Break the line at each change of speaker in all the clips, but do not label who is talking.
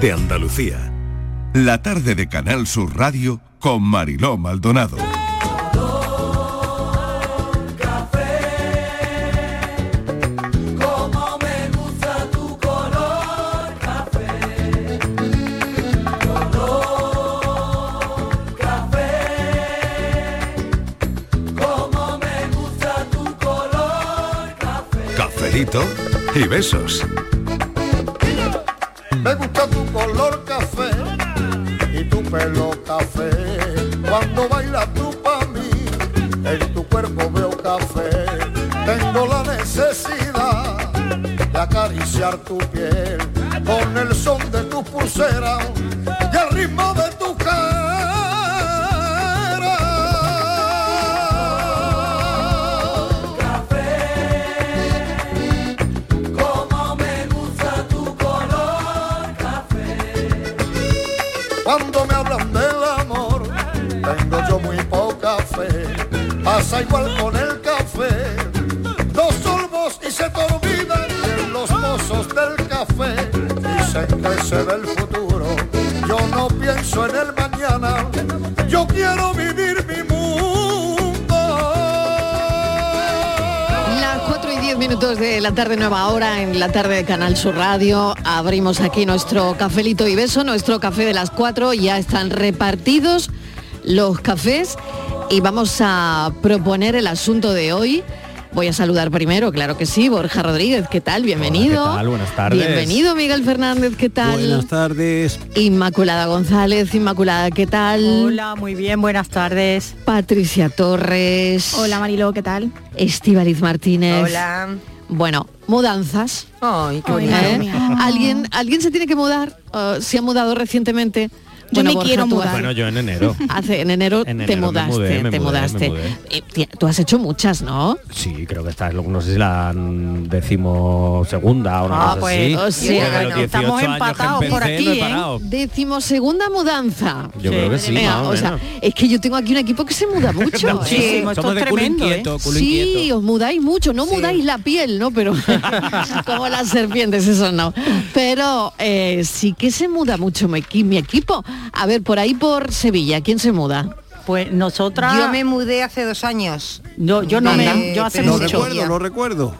de Andalucía. La tarde de Canal Sur Radio con Mariló Maldonado.
Como me gusta tu color café, color café. Como me gusta tu color café.
Cafelito y besos.
Me gusta tu color café y tu pelo café. Cuando bailas tú para mí, en tu cuerpo veo café. Tengo la necesidad de acariciar tu piel con el son de tus pulseras y el ritmo de tu
Como me gusta tu color
Cuando me hablan del amor, tengo yo muy poca fe. Pasa igual con el café. Dos sorbos y se te olvidan de los pozos del café. Dicen que se ve el futuro. Yo no pienso en el mañana. Yo quiero vivir mi mundo.
Las 4 y 10 minutos de la tarde nueva hora en la tarde de Canal Sur Radio. Abrimos aquí nuestro cafelito y beso, nuestro café de las 4. Ya están repartidos los cafés y vamos a proponer el asunto de hoy. Voy a saludar primero, claro que sí, Borja Rodríguez, ¿qué tal? Bienvenido.
¿Qué tal? Buenas tardes.
Bienvenido, Pues Miguel Fernández, ¿qué tal?
Buenas tardes.
Inmaculada González, Inmaculada, ¿qué tal?
Hola, muy bien, buenas tardes.
Patricia Torres.
Hola,
Mariló, ¿qué tal? Estivaliz Martínez.
Hola.
Bueno, mudanzas.
Ay,
qué ¿Alguien, alguien se tiene que mudar, Uh, se ha mudado recientemente.
Yo
Bueno,
me
Borja,
quiero
tú
mudar.
has-
Bueno, yo en enero.
Hace, en enero,
En
te
enero me
mudaste,
mudé, me
te
mudé, me
mudaste.
mudé.
Eh, tía, tú has hecho muchas, ¿no?
Sí, creo que está, no sé si la mm, decimosegunda o una
Ah,
cosa
pues,
así.
o sea,
Porque de los 18
estamos
años que
empatados por
empecé, no he
aquí,
parado.
¿eh?
Decimosegunda mudanza.
Yo creo que sí,
Venga,
más o
o sea,
menos.
es que yo tengo aquí un equipo que se muda mucho. ¿eh?
Muchísimo, esto Somos es de culo tremendo, inquieto, ¿eh? culo
sí,
inquieto.
os mudáis mucho, no mudáis la piel, ¿no? Pero como las serpientes, eso no. Pero eh, sí que se muda mucho mi, equi- mi equipo. A ver, por ahí por Sevilla, ¿quién se muda?
Pues nosotras.
Yo me mudé hace dos años.
No, yo no
Anda.
me, yo hace
Pero
No
mucho.
recuerdo, no recuerdo.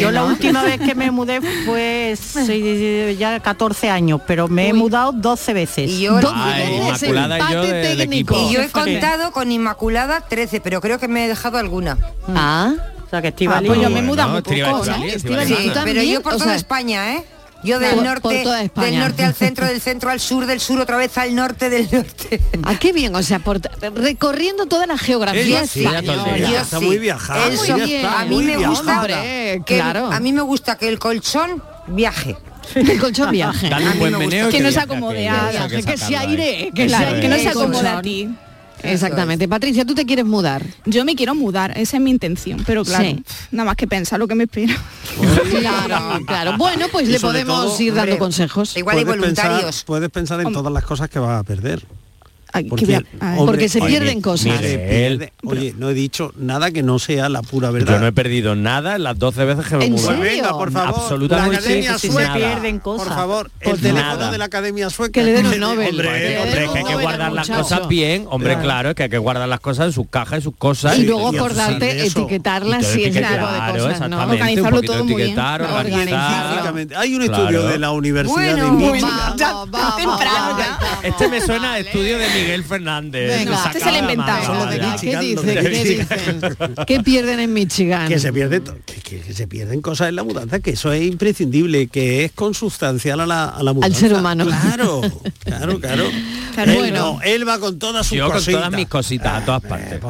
yo la última vez que me mudé fue sí, ya 14 años, pero me he mudado 12 veces.
Y yo- 12
Ay, veces, Ah, Inmaculada y yo empate del técnico. equipo.
Y yo he
Sí.
contado con Inmaculada 13, pero creo que me he dejado alguna.
Ah.
O sea, que Estivali-
pues yo
me he mudado muy
Ah, Estivali-
poco, ¿no?
Estivali-
Sí,
Estivali-
tú
pero
también,
yo por
o
toda
sea,
España, ¿eh? Yo del
por-
norte,
por toda España.
del norte al centro, del centro al sur, del sur otra vez al norte, del norte.
Ah, qué bien, o sea, por- recorriendo toda la geografía
Ella sí, ella todo el día.
española. Ah,
Ella Está sí. muy viajada, Eso, ella está
a mí
muy
me gusta,
viajada.
hombre,
Que el-
claro.
a mí me gusta que el colchón viaje.
El colchón viaje.
Dale un A mí buen me gusta. meneo y
que
que no se
viaje,
acomode
que
a
eso hay que
que se
sacarlo ahí.
aire, que,
Eso
se
es.
aire
Que no se
el colchón.
acomode a ti.
Exactamente. Patricia, tú te quieres mudar.
Yo me quiero mudar, esa es mi intención, pero
claro,
nada más que pensar lo que me espera.
Claro, claro. Bueno, pues
Y
le
sobre
podemos
todo,
ir dando
hombre,
consejos.
Puedes pensar- puedes pensar en todas las cosas que vas a perder. Porque,
voy a- ay. Porque se pierden cosas.
se pierde- Oye, no he dicho nada que no sea la pura verdad.
Yo no he perdido nada en las 12 veces que me
¿En
mudé.
serio? Venga, por favor,
Absolutamente
la Academia
sí,
Sueca.
nada.
Pierden
cosas.
Por favor, el
Pues
teléfono
nada.
de la Academia Sueca.
Que le den un Nobel.
Hombre,
Hombre, hombre, que hay que guardar las
muchacho.
cosas bien. Hombre,
Claro.
claro. es que hay que guardar las cosas en sus cajas, en sus cosas.
Y luego acordarte, etiquetarlas si es algo de cosas, ¿no? Organizarlo
Organizarlo
todo
todo
muy bien.
etiquetar, organizar.
Específicamente. Hay un estudio
Claro.
de la Universidad
Bueno,
de Michigan.
Este me suena a estudio de Miguel Fernández.
Venga. Este se lo
Sacaba la
inventaba.
mano,
Lo de
vaya.
Michigan, ¿Qué lo de dice? ¿Qué Michigan. ¿Qué pierden en Michigan?
que se pierde to- que, que- que se pierden cosas en la mudanza que eso es imprescindible que es consustancial a la, a la mudanza
ser humano.
claro claro claro,
Claro.
él,
Bueno.
no, él va con todas sus
Yo con
cositas Eh,
todas mis cositas a todas partes.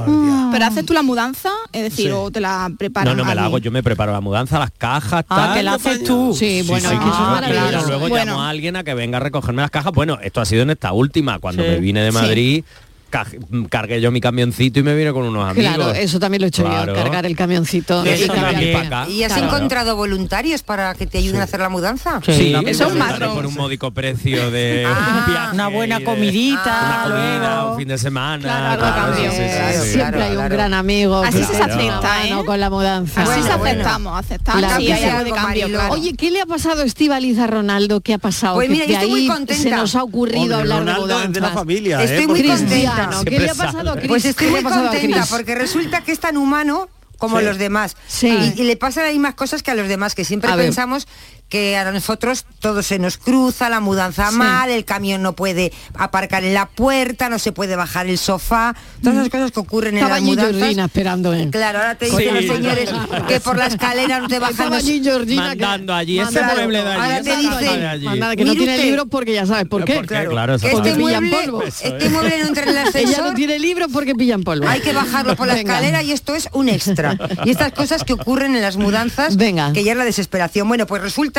Pero
haces tú la mudanza, es decir,
Sí.
o te la preparas.
No, no me la
allí?
hago, yo me preparo la mudanza, las cajas,
Ah,
tal.
te la haces tú. Sí, bueno,
claro,
eso es
claro,
maravilloso.
Luego
Bueno.
llamo a alguien a que venga a recogerme las cajas. Bueno, esto ha sido en esta última, cuando
Sí.
me vine de
Sí.
Madrid. ca- cargué yo mi camioncito y me vine con unos amigos.
Claro, eso también lo he hecho
Claro.
yo, cargar el camioncito.
Y eso
cargar-
también. para acá.
¿Y has
Claro.
encontrado voluntarios para que te ayuden a hacer la mudanza?
Sí,
eso es un
claro, por un módico precio de un viaje
una buena
y de-
comidita,
una comida,
luego.
un fin de semana.
algo cambia. Claro,
Siempre hay un gran amigo.
Así
que
se
te echa
acepta, ¿eh?
una mano con la mudanza.
Así se aceptamos, aceptamos.
La
sí,
vida.
hay algo de cambio, claro.
Oye, ¿qué le ha pasado a Estivaliz a Ronaldo? ¿Qué ha pasado?
Pues
Que
mira, yo
de
estoy muy
ahí
contenta.
Se nos ha ocurrido
Hombre,
hablar
Ronaldo
de
es de la
mudanzas.
familia,
Estoy
¿eh?
muy
Porque-
contenta.
Cristiano, ¿qué le ha pasado a
sale.
Cris?
Pues estoy
¿Qué
muy
le ha pasado a
contenta
Cris?
porque resulta que es tan humano como
Sí.
los demás.
Sí.
Y, y le pasan las mismas cosas que a los demás, que siempre
A ver.
pensamos que a nosotros todo se nos cruza, la mudanza
Sí.
mal, el camión no puede aparcar en la puerta, no se puede bajar el sofá, todas esas cosas que ocurren en
Mm. Estaba
las
allí
mudanzas.
Georgina esperando. ¿eh?
Claro, ahora te
Sí.
dicen los señores que por la escalera no te bajan
Estaba
los...
allí Georgina. que-
mandando allí, ese
mandando.
mueble de allí,
Ahora
ese
te
mueble
dicen,
de allí.
Mandada, que no
Mire
tiene
usted.
libros porque ya sabes por qué.
¿Por qué? Claro,
Que este
exactamente.
pillan
mueble,
polvo.
este mueble no entra en las
Ella no
ascensor
tiene libros porque pillan polvo.
hay que bajarlo por la
Venga.
escalera y esto es un extra. Y estas cosas que ocurren en las mudanzas,
Venga.
que ya es la desesperación. Bueno, pues resulta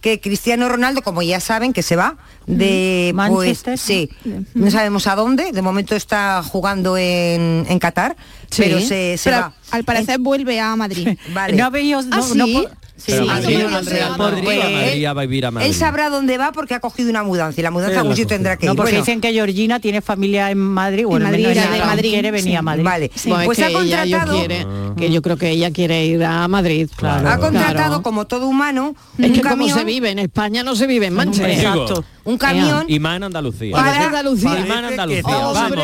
que Cristiano Ronaldo, como ya saben, que se va de pues,
Manchester, ¿no?
sí, no sabemos a dónde. De momento está jugando en, en Qatar,
Sí.
pero se, se
Pero
va.
al parecer vuelve a Madrid.
Vale.
No habéis...
¿Ah,
No,
sí?
no po-
Pero
Sí,
a Madrid,
como
al
yo
Real
sé,
Madrid,
Pues,
a
él-
Madrid, va a vivir a Madrid.
Él sabrá dónde va porque ha cogido una mudanza y la mudanza
Él
algún
la
sitio
cogió.
tendrá que ir.
No, porque
Bueno,
dicen que Georgina tiene familia en Madrid, bueno,
Madrid,
menos
era
ya
de
no
Madrid,
quiere venir
sí.
a Madrid.
Vale,
Bueno, es
pues
que
ha
ella, yo
contratado,
quiere- que yo creo que ella quiere ir a Madrid. Claro.
ha contratado
Claro.
como todo humano
Es
un
que como se
camión,
vive en España no se vive en Manchester.
Hombre,
Exacto.
un camión
Y más en Andalucía.
Para-
Parece Andalucía.
Y más en Andalucía.
Hombre.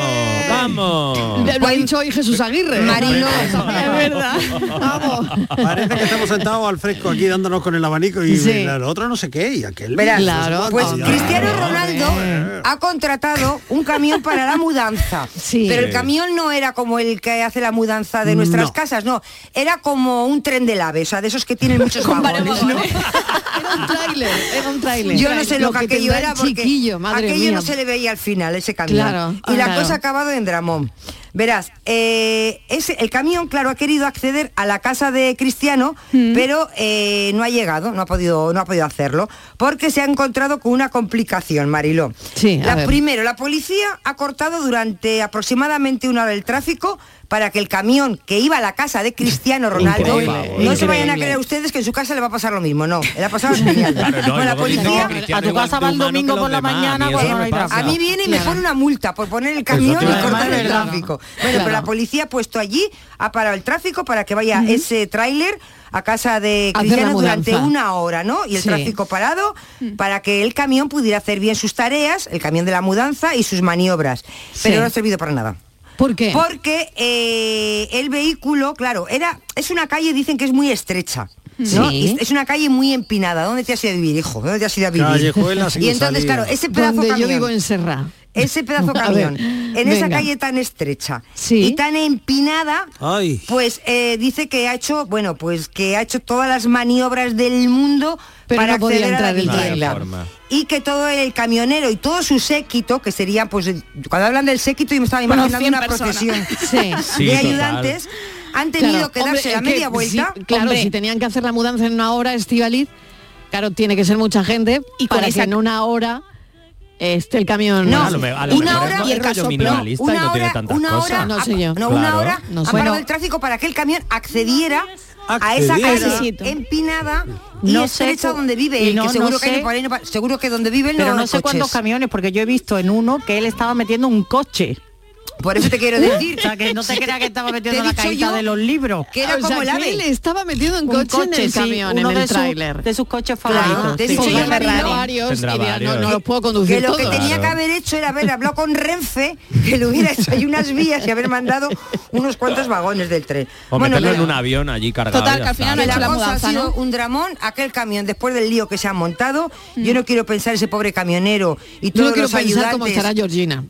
Vamos, vamos.
Lo ha dicho hoy Jesús Aguirre.
Pues Marino.
Es verdad. Vamos.
Parece que estamos sentados al fresco aquí dándonos con el abanico y
Sí.
el otro no sé qué y aquel.
Verás,
Claro,
pues
hombre.
Cristiano Ronaldo ha contratado un camión para la mudanza.
Sí.
Pero el camión no era como el que hace la mudanza de nuestras
No.
casas, no. Era como un tren del ave, o sea, de esos que tienen muchos vagones, ¿no?
Era un tráiler, era un tráiler.
Yo no sé lo, que aquello
tendrá
era
el
porque
chiquillo, madre
aquello
mía.
no se le veía al final, ese camión.
Claro,
y la
claro.
cosa ha acabado en Dramón. Verás, eh, ese, el camión, claro, ha querido acceder a la casa de Cristiano,
Mm.
pero eh, no ha llegado, no ha, podido, no ha podido hacerlo, porque se ha encontrado con una complicación, Mariló.
Sí, a
la,
ver.
primero, la policía ha cortado durante aproximadamente una hora el tráfico para que el camión que iba a la casa de Cristiano Ronaldo,
Increíble,
no se
increíble.
vayan a creer ustedes que en su casa le va a pasar lo mismo, no, le ha pasado a
Claro, no, y
la
luego dicen que
policía
Cristiano
a tu
igual
casa
de
va el
humano que
domingo
los
por la
demás,
mañana,
y eso
bueno,
me
ahí está.
pasa.
a mí viene y me
Claro.
pone una multa por poner el camión
Eso
y
tiene que
cortar
ser.
el tráfico. Bueno,
Claro.
pero la policía ha puesto allí, ha parado el tráfico para que vaya ese tráiler a casa de
Hacer la
Cristiano durante
mudanza.
una hora, ¿no? Y el
Sí. Mm.
tráfico parado para que el camión pudiera hacer bien sus tareas, el camión de la mudanza y sus maniobras. Pero
Sí.
no ha servido para nada.
¿Por qué?
Porque eh, el vehículo, claro, era es una calle, dicen que es muy estrecha. ¿no?
Sí.
Es una calle muy empinada. ¿Dónde te has ido a vivir, hijo? ¿Dónde te has ido a vivir?
Callejuela sin
Y entonces,
salida.
claro, ese pedazo
Donde yo
camión-
vivo en Serra.
ese pedazo
A
camión,
ver,
en esa
venga.
calle tan estrecha
Sí.
y tan empinada,
Ay.
pues eh, dice que ha hecho, bueno, pues que ha hecho todas las maniobras del mundo
Pero
para
no podía
acceder a la
entrar el
vivienda.
tráiler.
Vaya forma.
Y que todo el camionero y todo su séquito, que serían, pues, eh, cuando hablan del séquito, yo me estaba imaginando
100
una
personas.
procesión
Sí.
Sí,
de
total.
ayudantes, han tenido
Claro,
que darse
hombre,
la
es que
media vuelta.
si- claro,
Hombre.
si tenían que hacer la mudanza en una hora, Estivaliz, claro, tiene que ser mucha gente y
Y con
para
esa-
que en una hora esté el camión.
No,
A lo me- a lo
una
mejor
hora
es
y el
rollo
casoplón,
minimalista y
una
no tiene
hora,
tantas
una
cosas.
hora,
No
ha-
sé yo.
no, una
Claro.
hora
No
ha parado
sé. Bueno.
el tráfico para que el camión accediera a
Accediera.
esa casa
Necesito.
empinada y
No sé
estrecha
cu-
donde vive
y
él,
no-
que
no
seguro que
sé-
ni por ahí no pa- seguro que donde vive él
Pero
no
no
hay
sé cuántos
coches.
camiones, porque yo he visto en uno que él estaba metiendo un coche.
Por eso te quiero decir
O sea, que no te creas que estaba
Te
metiendo
he
la
dicho
cajita
yo
de los libros.
que era
Ah, O sea,
como el
que
ave.
él estaba metido en
Un
coche, en el
sí,
camión,
uno
en el
de, su-
tráiler.
de sus coches
Claro,
favoritos.
te he
sí.
dicho
Sí,
yo,
yo
Ferrari.
tenía varios
Tendrá
y diría, no,
varios.
no los puedo conducir
que lo que
todos.
tenía
Claro.
que haber hecho era haber hablado con Renfe, que le hubiera hecho ahí unas vías y haber mandado unos cuantos vagones del tren.
O meterlo en
pero-
un avión allí cargado.
Total,
ya
que al final
está.
Que
no
la
ha hecho la
cosa
mudanza,
ha sido
¿no?
un dramón, aquel camión, después del lío que se ha montado, yo no quiero pensar ese pobre camionero y
Yo
todos
Mm. no quiero
los
pensar
ayudantes.
cómo estará Georgina.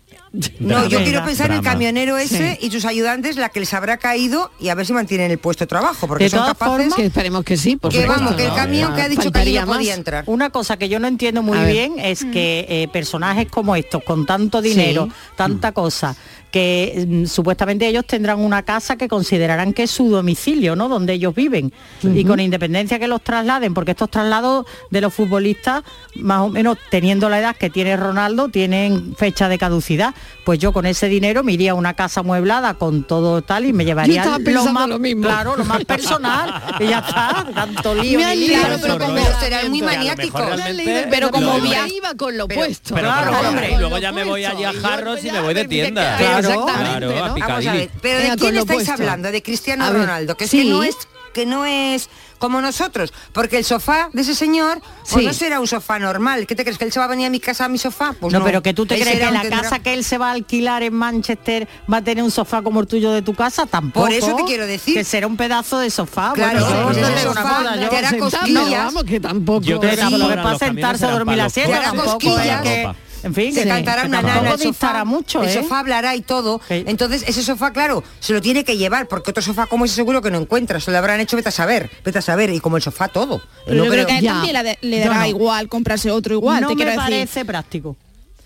no, yo
Drama.
quiero pensar el
Drama.
camionero ese y sus ayudantes, la que les habrá caído y a ver si mantienen el puesto de trabajo, porque
De
son
todas
capaces.
formas,
Que esperemos que sí, por
que
supuesto,
vamos, que el
¿no?
camión que ha dicho que allí
Faltaría
no podía
más.
entrar.
Una cosa que yo no entiendo muy
A ver.
bien es que eh, personajes como estos, con tanto dinero,
Sí. Mm.
tanta cosa, que mm, supuestamente ellos tendrán una casa que considerarán que es su domicilio, ¿no? Donde ellos viven. Y con independencia que los trasladen, porque estos traslados de los futbolistas, más o menos teniendo la edad que tiene Ronaldo, tienen fecha de caducidad. pues yo con ese dinero me iría a una casa amueblada con todo tal y me
Yo
llevaría
estaba
lo
pensando
más,
lo mismo.
claro, lo más personal. y ya está, tanto lío. ni
Me han
lío.
liado, pero con
serán muy
Me han liado,
maniáticos.
mejor realmente-
Pero como
Lo de-
via- iba con lo opuesto.
Pero
Claro,
claro,
hombre.
y luego ya me voy allí a Jarros y me voy de tienda.
Claro,
claro, a
Vamos a
Picadilly.
ver, pero
Venga,
¿de
con
quién
lo
estáis
opuesto.
hablando? De Cristiano
A ver,
Ronaldo, que es
sí.
que no es que no es como nosotros, porque el sofá de ese señor pues
Sí.
no será un sofá normal. ¿Qué te crees que él se va a venir a mi casa a mi sofá? Pues
no,
no,
pero que tú te
Él
crees
será un
que la
tendrá-
casa que él se va a alquilar en Manchester va a tener un sofá como el tuyo de tu casa, tampoco.
eso te quiero decir.
Que será un pedazo de sofá.
Claro,
bueno,
pues
sí,
ese
es una
sofá
boda, yo
te hará
sentado,
No,
cosquillas.
vamos, que tampoco.
Yo
Pero
creo que
tampoco
sí.
es para
Los
sentarse a
camiones
dormir la
serán
siesta,
palos. Te hará
tampoco es
cosquillas.
que... En fin,
se
que-
cantará
que
una
tampoco
nana, el
distará
sofá,
mucho,
el
¿eh?
sofá hablará y todo.
Sí.
Entonces ese sofá, claro, se lo tiene que llevar, porque otro sofá como ese seguro que no encuentras, se lo habrán hecho, vete a saber, vete a saber, y como el sofá todo.
Pero
No
yo creo
creo-
que a él
Ya.
también la de- le
Yo
dará
no.
igual comprarse otro igual,
No
te quiero
me
decir.
parece práctico.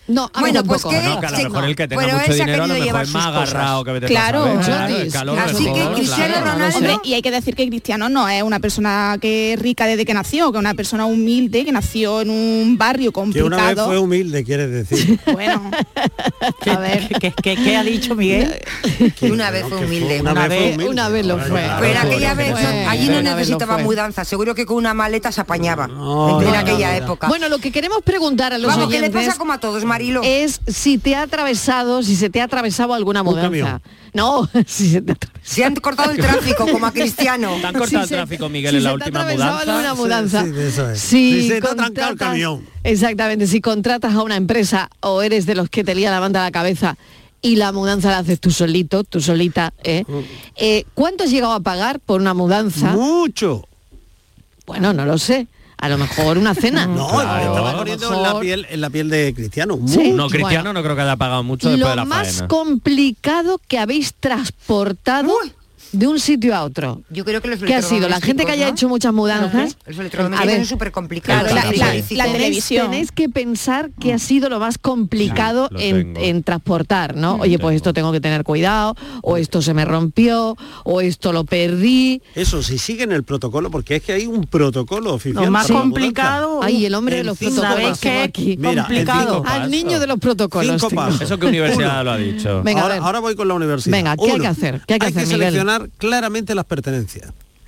No, a mí
Bueno, pues
tampoco.
que-
No, que a lo
Sí,
mejor el que tenga
pero
mucho
él se ha
dinero a lo
querido
mejor
llevar
es
sus
más
cosas.
agarrado que vete
Claro,
a saber, claro,
Jotis.
el calor,
Así
el
que
sol,
Cristiano
claro.
Ronaldo-
Hombre, y hay que decir que Cristiano no es una persona que rica desde que nació, que es una persona humilde, que nació en un barrio
Que una vez fue
complicado.
humilde, quieres decir.
Bueno,
A ver, ¿qué, qué, qué ha dicho Miguel?
Que una vez fue humilde.
Una, vez, fue
vez-
humilde.
una vez lo
Ahora,
fue.
claro,
Pero en
claro.
aquella
pobre,
vez
pobre.
allí
Una
no
vez lo
necesitaba
fue.
mudanza, seguro que con una maleta se apañaba.
No,
en
no,
aquella
no, no.
época.
Bueno, lo que queremos preguntar a los
Vamos, que le
oyentes
pasa como a todos, Marilo.
es si te ha atravesado, si se te ha atravesado alguna mudanza.
camión.
No, si se te ha atravesado.
Se han cortado el tráfico como a Cristiano.
Te han cortado
Si se-
el tráfico, Miguel,
si
en la
se te ha
última
atravesado alguna mudanza.
mudanza.
Sí, sí, eso es.
Si
Si se te ha trancado el
contratas-
camión.
Exactamente, si contratas a una empresa o eres de los que te lía la banda a la cabeza y la mudanza la haces tú solito, tú solita, ¿eh? Eh, ¿cuánto has llegado a pagar por una mudanza?
Mucho.
Bueno, no lo sé. A lo mejor una cena.
No,
Claro.
estaba poniendo en la,
Mejor.
piel, en la piel de Cristiano.
Sí.
Mucho.
No, Cristiano no creo que haya pagado mucho después de
Lo
la
más
faena.
complicado que habéis transportado
Uy.
de un sitio a otro.
Yo creo que los
¿Qué ha sido? La gente que haya
electrodomésticos,
hecho muchas mudanzas.
¿no? Los electrodomésticos son súper complicados.
Claro, la- la-
la tele-
Tenéis,
televisión.
tenéis que pensar que ha sido lo más complicado
Sí, lo
en,
tengo.
en transportar, ¿no? Oye, pues
tengo.
esto tengo que tener cuidado, o esto se me rompió, o esto lo perdí.
Eso, si siguen el protocolo, porque es que hay un protocolo oficial.
Lo más
para la
complicado.
Ay, el hombre de
En
los
cinco
¿Sabéis
protocolos.
qué?
aquí.
Mira, en
complicado.
cinco
Al
pasos.
niño de los protocolos.
Cinco
tengo.
pasos.
Eso que universidad lo ha dicho.
Venga, a
ahora,
ver.
ahora voy con la universidad.
Venga, ¿qué hay
Uno,
que hacer? ¿Qué hay que hacer, Miguel?
seleccionar claramente las pertenencias.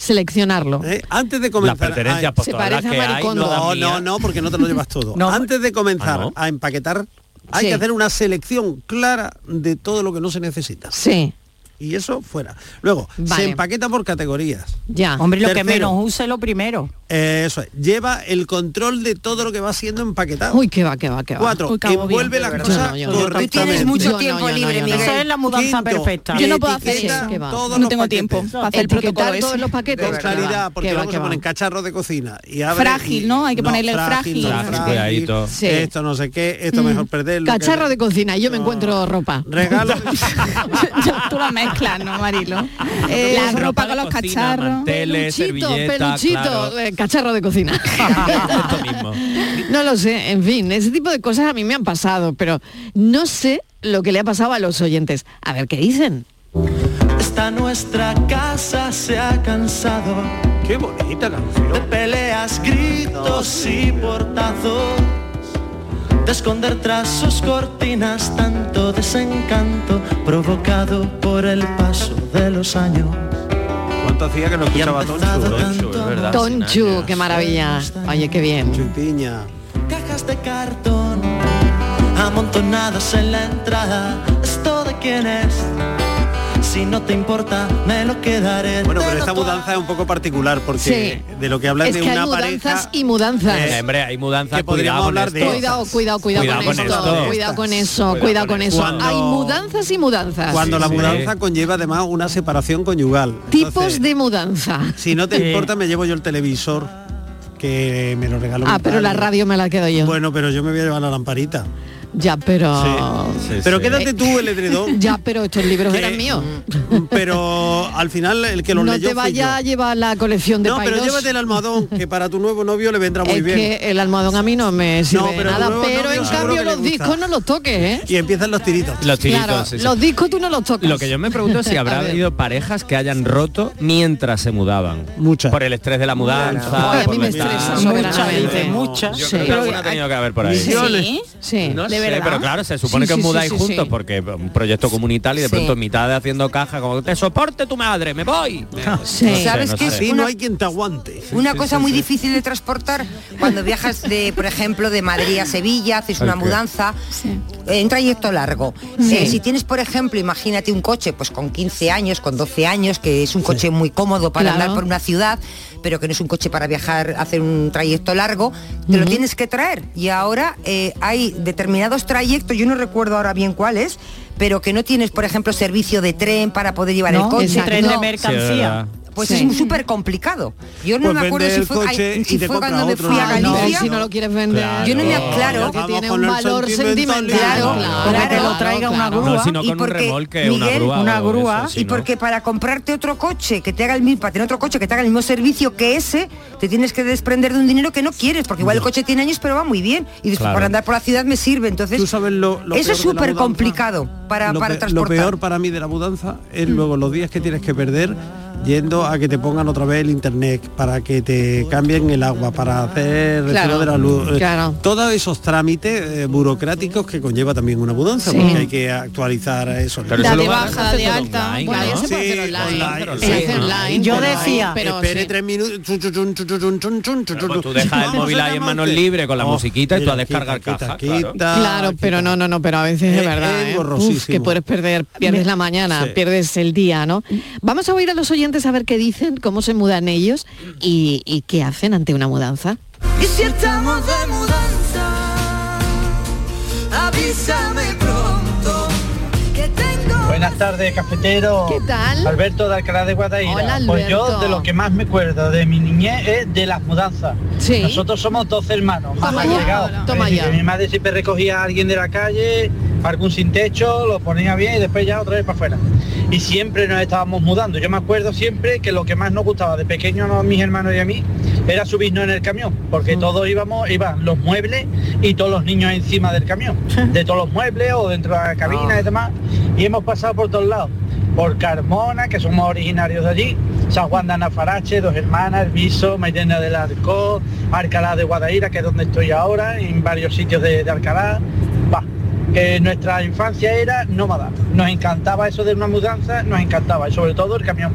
Seleccionarlo.
¿eh? Antes de
Las
comenzar...
pertenencias
Ay,
por
Se
todas las
parece
que
a
hay,
Maricondo.
no da
No,
mía.
no, no, porque no te lo llevas todo.
No.
Antes de comenzar
Ah, ¿no?
a empaquetar, hay
Sí.
que hacer una selección clara de todo lo que no se necesita.
Sí,
Y eso fuera. Luego,
Vale.
se empaqueta por categorías.
ya.
Hombre, lo que
Tercero.
menos use lo primero.
Eh, Eso es. Lleva el control de todo lo que va siendo empaquetado.
Uy, que va, que va, que va.
Cuatro,
Uy, qué agobio,
envuelve
de
las
verdad.
cosas
No, yo no.
Tú
correctamente.
tienes
Yo
mucho
no,
tiempo
yo no,
libre,
yo no.
Miguel.
Eso es la mudanza
Quinto,
perfecta.
Yo no puedo hacer
etiqueta
eso. ¿Qué va?
todos
No
los
tengo
paquetes.
tiempo. para hacer el protocolo
Etiquetar todos
ese.
los paquetes.
Con
que va,
claridad, porque
que va,
luego
que
se
va.
ponen cacharros de cocina y abre
Frágil,
y-
¿no? Hay que ponerle el frágil.
frágil,
Frágil, cuidadito.
Sí. Mm.
Esto no sé qué, esto mejor perderlo. que-
Cacharro de cocina, y yo me encuentro ropa.
Regalo.
Yo- Tú la mezclas, ¿no, Marilo? Eh, la ropa con los cacharros.
manteles,
peluchito,
servilletas,
peluchito,
claro.
eh, cacharro de cocina.
Esto mismo.
No lo sé, en fin, ese tipo de cosas a mí me han pasado, pero no sé lo que le ha pasado a los oyentes. A ver qué dicen.
Esta nuestra casa se ha cansado
qué bonita
de
canción.
peleas, gritos y portazos, de esconder tras sus cortinas tanto desencanto provocado por el paso de los años.
¿Cuánto hacía que no
Y ha
escuchaba
empezado
Toncho? eh?
tanto
es verdad.
amor,
Tonchu, qué maravilla. Oye, qué bien.
Chutiña.
cajas de cartón amontonadas en la entrada. ¿Esto de quién es? Si no te importa, me lo quedaré.
Bueno, pero
Te
esta
lo to-
mudanza es un poco particular porque
Sí.
de lo que hablas
Es
de
que hay
una
mudanzas
pareja Eh,
y mudanzas.
Venga, Eh, hombre, hay mudanzas.
Que podríamos
cuidado
hablar
con
de
esto.
eso.
Cuidado, cuidado, cuidado, con,
Cuidado con
esto,
esto.
Cuidado con eso, cuidado,
Cuidado
con
con
eso.
Cuando-
Hay mudanzas y mudanzas.
cuando
Sí,
la
sí.
mudanza conlleva además una separación conyugal.
Tipos
Entonces,
de mudanza.
Si no te
Eh.
importa, me llevo yo el televisor que me lo regaló.
Ah,
mi
pero la
padre.
radio me la quedo yo.
Bueno, pero yo me voy a llevar la lamparita.
Ya, pero...
Sí,
pero
sí.
quédate tú el edredón.
Ya, pero estos libros
que-
eran míos.
Pero al final el que lo
No
leyó
te
fui yo.
vaya a llevar la colección de
No, pero
Paidós.
llévate el almohadón, que para tu nuevo novio le vendrá muy
es
bien.
que el almohadón a mí no me sirve de
pero
nada,
luego
pero
no,
en
seguro
cambio
que le
los
gusta.
discos no los toques, ¿eh?
Y empiezan los tiritos.
Los tiritos.
claro,
sí, sí.
los discos tú no los tocas.
Lo que yo me pregunto es si habrá
A ver.
habido parejas que hayan roto mientras se mudaban.
Muchas.
Por el estrés de la mudanza.
Ay, a
por
mí me
lo que
estresa
tal.
soberanamente.
Muchas veces, muchas.
Yo
Sí.
creo que alguna ha tenido que haber por ahí.
Sí.
Sí,
No
de
sé.
verdad.
pero claro, se supone
Sí,
que os
sí,
mudáis
sí, sí,
juntos
sí.
porque un proyecto comunitario y de
Sí.
pronto en mitad de haciendo caja, como te soporte tu madre, me voy.
Sí. ¿Sabes qué?
sé.
Sí, no hay
quien te aguante.
Una cosa muy difícil de transportar cuando viajas de, por ejemplo, de Madrid a Sevilla, haces una
Ok.
mudanza, eh, un trayecto largo.
Sí.
Eh, si tienes, por ejemplo, imagínate un coche, pues con 15 años, con 12 años, que es un coche muy cómodo para
Claro.
andar por una ciudad, pero que no es un coche para viajar, hacer un trayecto largo, te lo tienes que traer. Y ahora eh, hay determinados trayectos, yo no recuerdo ahora bien cuáles, pero que no tienes, por ejemplo, servicio de tren para poder llevar
No,
el coche.
exacto. Tren de
No.
mercancía. Sí, verdad.
Pues
Sí.
es súper complicado. Yo no
Pues
me acuerdo
vende
si
el
fue, ay,
coche
si
y te
fue
compra
cuando me
otro,
fui a
¿no?
Galicia.
si no
lo quieres vender.
Yo no me
Claro,
claro,
que tiene un valor sentimental.
Claro,
Ahora te lo traiga una grúa.
sino
y
con un
porque,
remolque, una
Miguel,
grúa
una
o
grúa,
eso, sí,
y
¿no?
porque para comprarte otro coche que te haga el mismo, para tener otro coche que te haga el mismo servicio que ese, te tienes que desprender de un dinero que no quieres, porque igual el coche tiene años pero va muy bien y después
Claro.
para andar por la ciudad me sirve. Entonces,
lo
eso es
peor de la
súper
mudanza?
complicado para,
lo,
para
pe- lo
transportar.
peor para mí de la mudanza es luego los días que tienes que perder yendo a que te pongan otra vez el internet, para que te cambien el agua, para hacer el
Claro,
recibo de la luz. eh,
claro.
Todos esos trámites eh, burocráticos que conlleva también una mudanza,
Sí.
porque hay que actualizar eso.
Pero
La de baja, de alta. bueno, ya se puede hacer
Sí,
online.
online,
Se hace
sí.
online,
Yo
pero-
decía,
pero
espere
sí.
tres minutos. chun, chun, chun, chun, chun, chun, chun, chun, chun,
Pues tú dejas el
Vamos,
móvil ahí en manos
amante.
libres con la
Oh,
musiquita y tú
mira,
a descargar
quita,
caja.
quita,
claro.
quita.
Claro, pero no, no, no, pero a veces
Es-
de verdad,
es
¿eh? Uf, que
borrosísimo.
puedes perder, pierdes la mañana,
Sí.
pierdes el día, ¿no? Vamos a oír a los oyentes a ver qué dicen, cómo se mudan ellos y, y qué hacen ante una mudanza.
Y si estamos de mudanza, avísame pronto que tengo.
Buenas tardes, cafetero.
¿Qué tal?
Alberto de Alcalá de Guadaira.
Hola,
Pues yo
Alberto.
de lo que más me acuerdo de mi niñez es de las mudanzas.
Sí.
Nosotros somos 12 hermanos, más
Toma ya,
allegados.
toma
Es decir,
ya.
que Mi madre siempre recogía a alguien de la calle, algún sin techo, lo ponía bien y después ya otra vez para afuera. Y siempre nos estábamos mudando. Yo me acuerdo siempre que lo que más nos gustaba de pequeño a mis hermanos y a mí era subirnos en el camión, porque todos íbamos, iban los muebles y todos los niños encima del camión, de todos los muebles o dentro de la cabina y demás. Y hemos pasado por todos lados, por Carmona, que somos originarios de allí, San Juan de Anafarache, Dos Hermanas, Viso, Mairena del Arco, Alcalá de Guadaira, que es donde estoy ahora, en varios sitios de, de Alcalá. Va, que nuestra infancia era nómada. Nos encantaba eso de una mudanza, nos encantaba, y sobre todo el camión.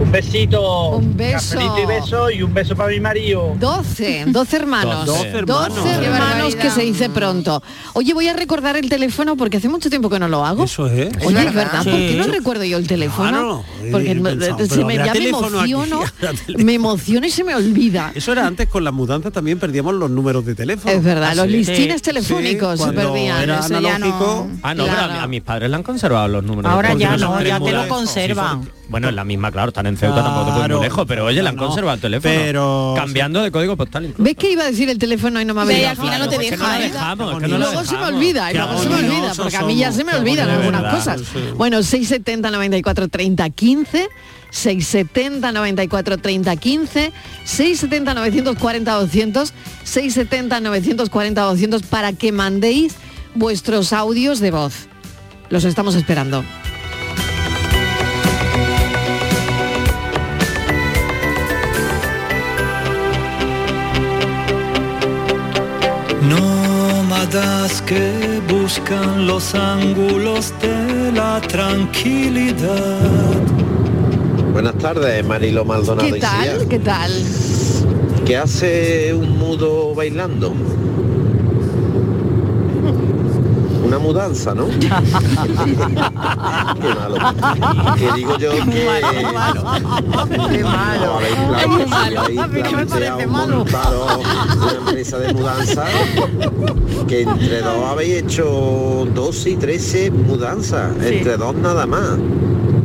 Un besito,
Un beso.
cafelito y beso y un beso para mi marido.
12, 12 hermanos.
12 hermanos.
12
Qué
hermanos
barbaridad.
que se dice pronto. Oye, voy a recordar el teléfono porque hace mucho tiempo que no lo hago.
Eso es.
Oye, es verdad, ¿por qué
Sí.
no recuerdo yo el teléfono?
Claro.
Porque
Y
me-
pensaba,
se
pero
me-
habrá
ya me
teléfono aquí,
emociono,
habrá teléfono.
me emociono y se me olvida.
Eso era antes con la mudanza también perdíamos los números de teléfono.
Es
Ah,
verdad, los listines telefónicos se
cuando
perdían,
Era
eso ya
analógico.
Ah, no, pero a, mi- a mis padres le han conservado los números.
Ahora
Porque
ya
nos
no,
han
ya te lo
mudado.
conservan.
Sí, porque- bueno, es la misma, claro, están en Ceuta, tampoco te puedes ir muy
Claro.
lejos, pero oye, le han
No,
conservado el teléfono.
pero-
Cambiando de código postal incluso.
¿Ves que iba a decir el teléfono y no me
Ve,
había
al final no te
Es pues que
deja, ¿eh?
lo
dejamos, es
Y
que no lo
luego se me
dejamos.
olvida, y
Qué
luego se me olvida,
armoniosos
porque a mí ya
somos,
se me
qué
olvidan
bonito, de
algunas
verdad.
cosas.
Sí.
Bueno, 670 94 30 15, 670 94 30 15, 670 940 200, 670 940 200 para que mandéis vuestros audios de voz. Los estamos esperando.
Nómadas que buscan los ángulos de la tranquilidad.
Buenas tardes, Marilo Maldonado.
¿Qué tal? ¿Qué tal?
Isilla. ¿Qué hace un mudo bailando? Una mudanza, ¿no? Qué malo. Que digo yo que... Qué malo.
Es malo. A mí no me parece malo.
una empresa de mudanza que entre dos habéis hecho 12 y 13 mudanzas. Entre dos nada más.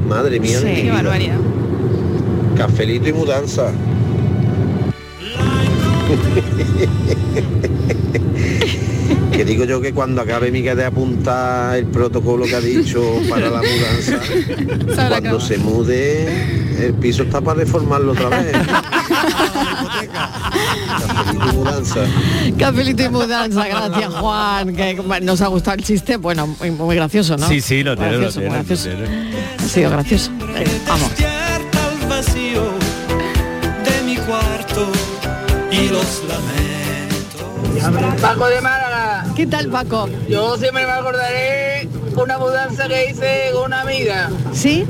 Madre mía. de mi
Qué
vida.
barbaridad.
Cafelito y mudanza. que digo yo que cuando acabe mi de apuntar el protocolo que ha dicho para la mudanza, cuando se mude, el piso está para reformarlo otra vez. Cafelito y mudanza.
Cafelito y mudanza, gracias Juan, que nos ha gustado el chiste, bueno, muy, muy gracioso, ¿no?
Sí, sí, lo tiene, lo
Gracioso,
tiene,
muy
lo
gracioso.
tiene.
Ha sido gracioso. Venga, Vamos.
Despierta el vacío de mi cuarto y los lamentos.
Paco de Málaga,
¿Qué tal, Paco?
Yo siempre me acordaré una mudanza que hice con una amiga.
¿Sí?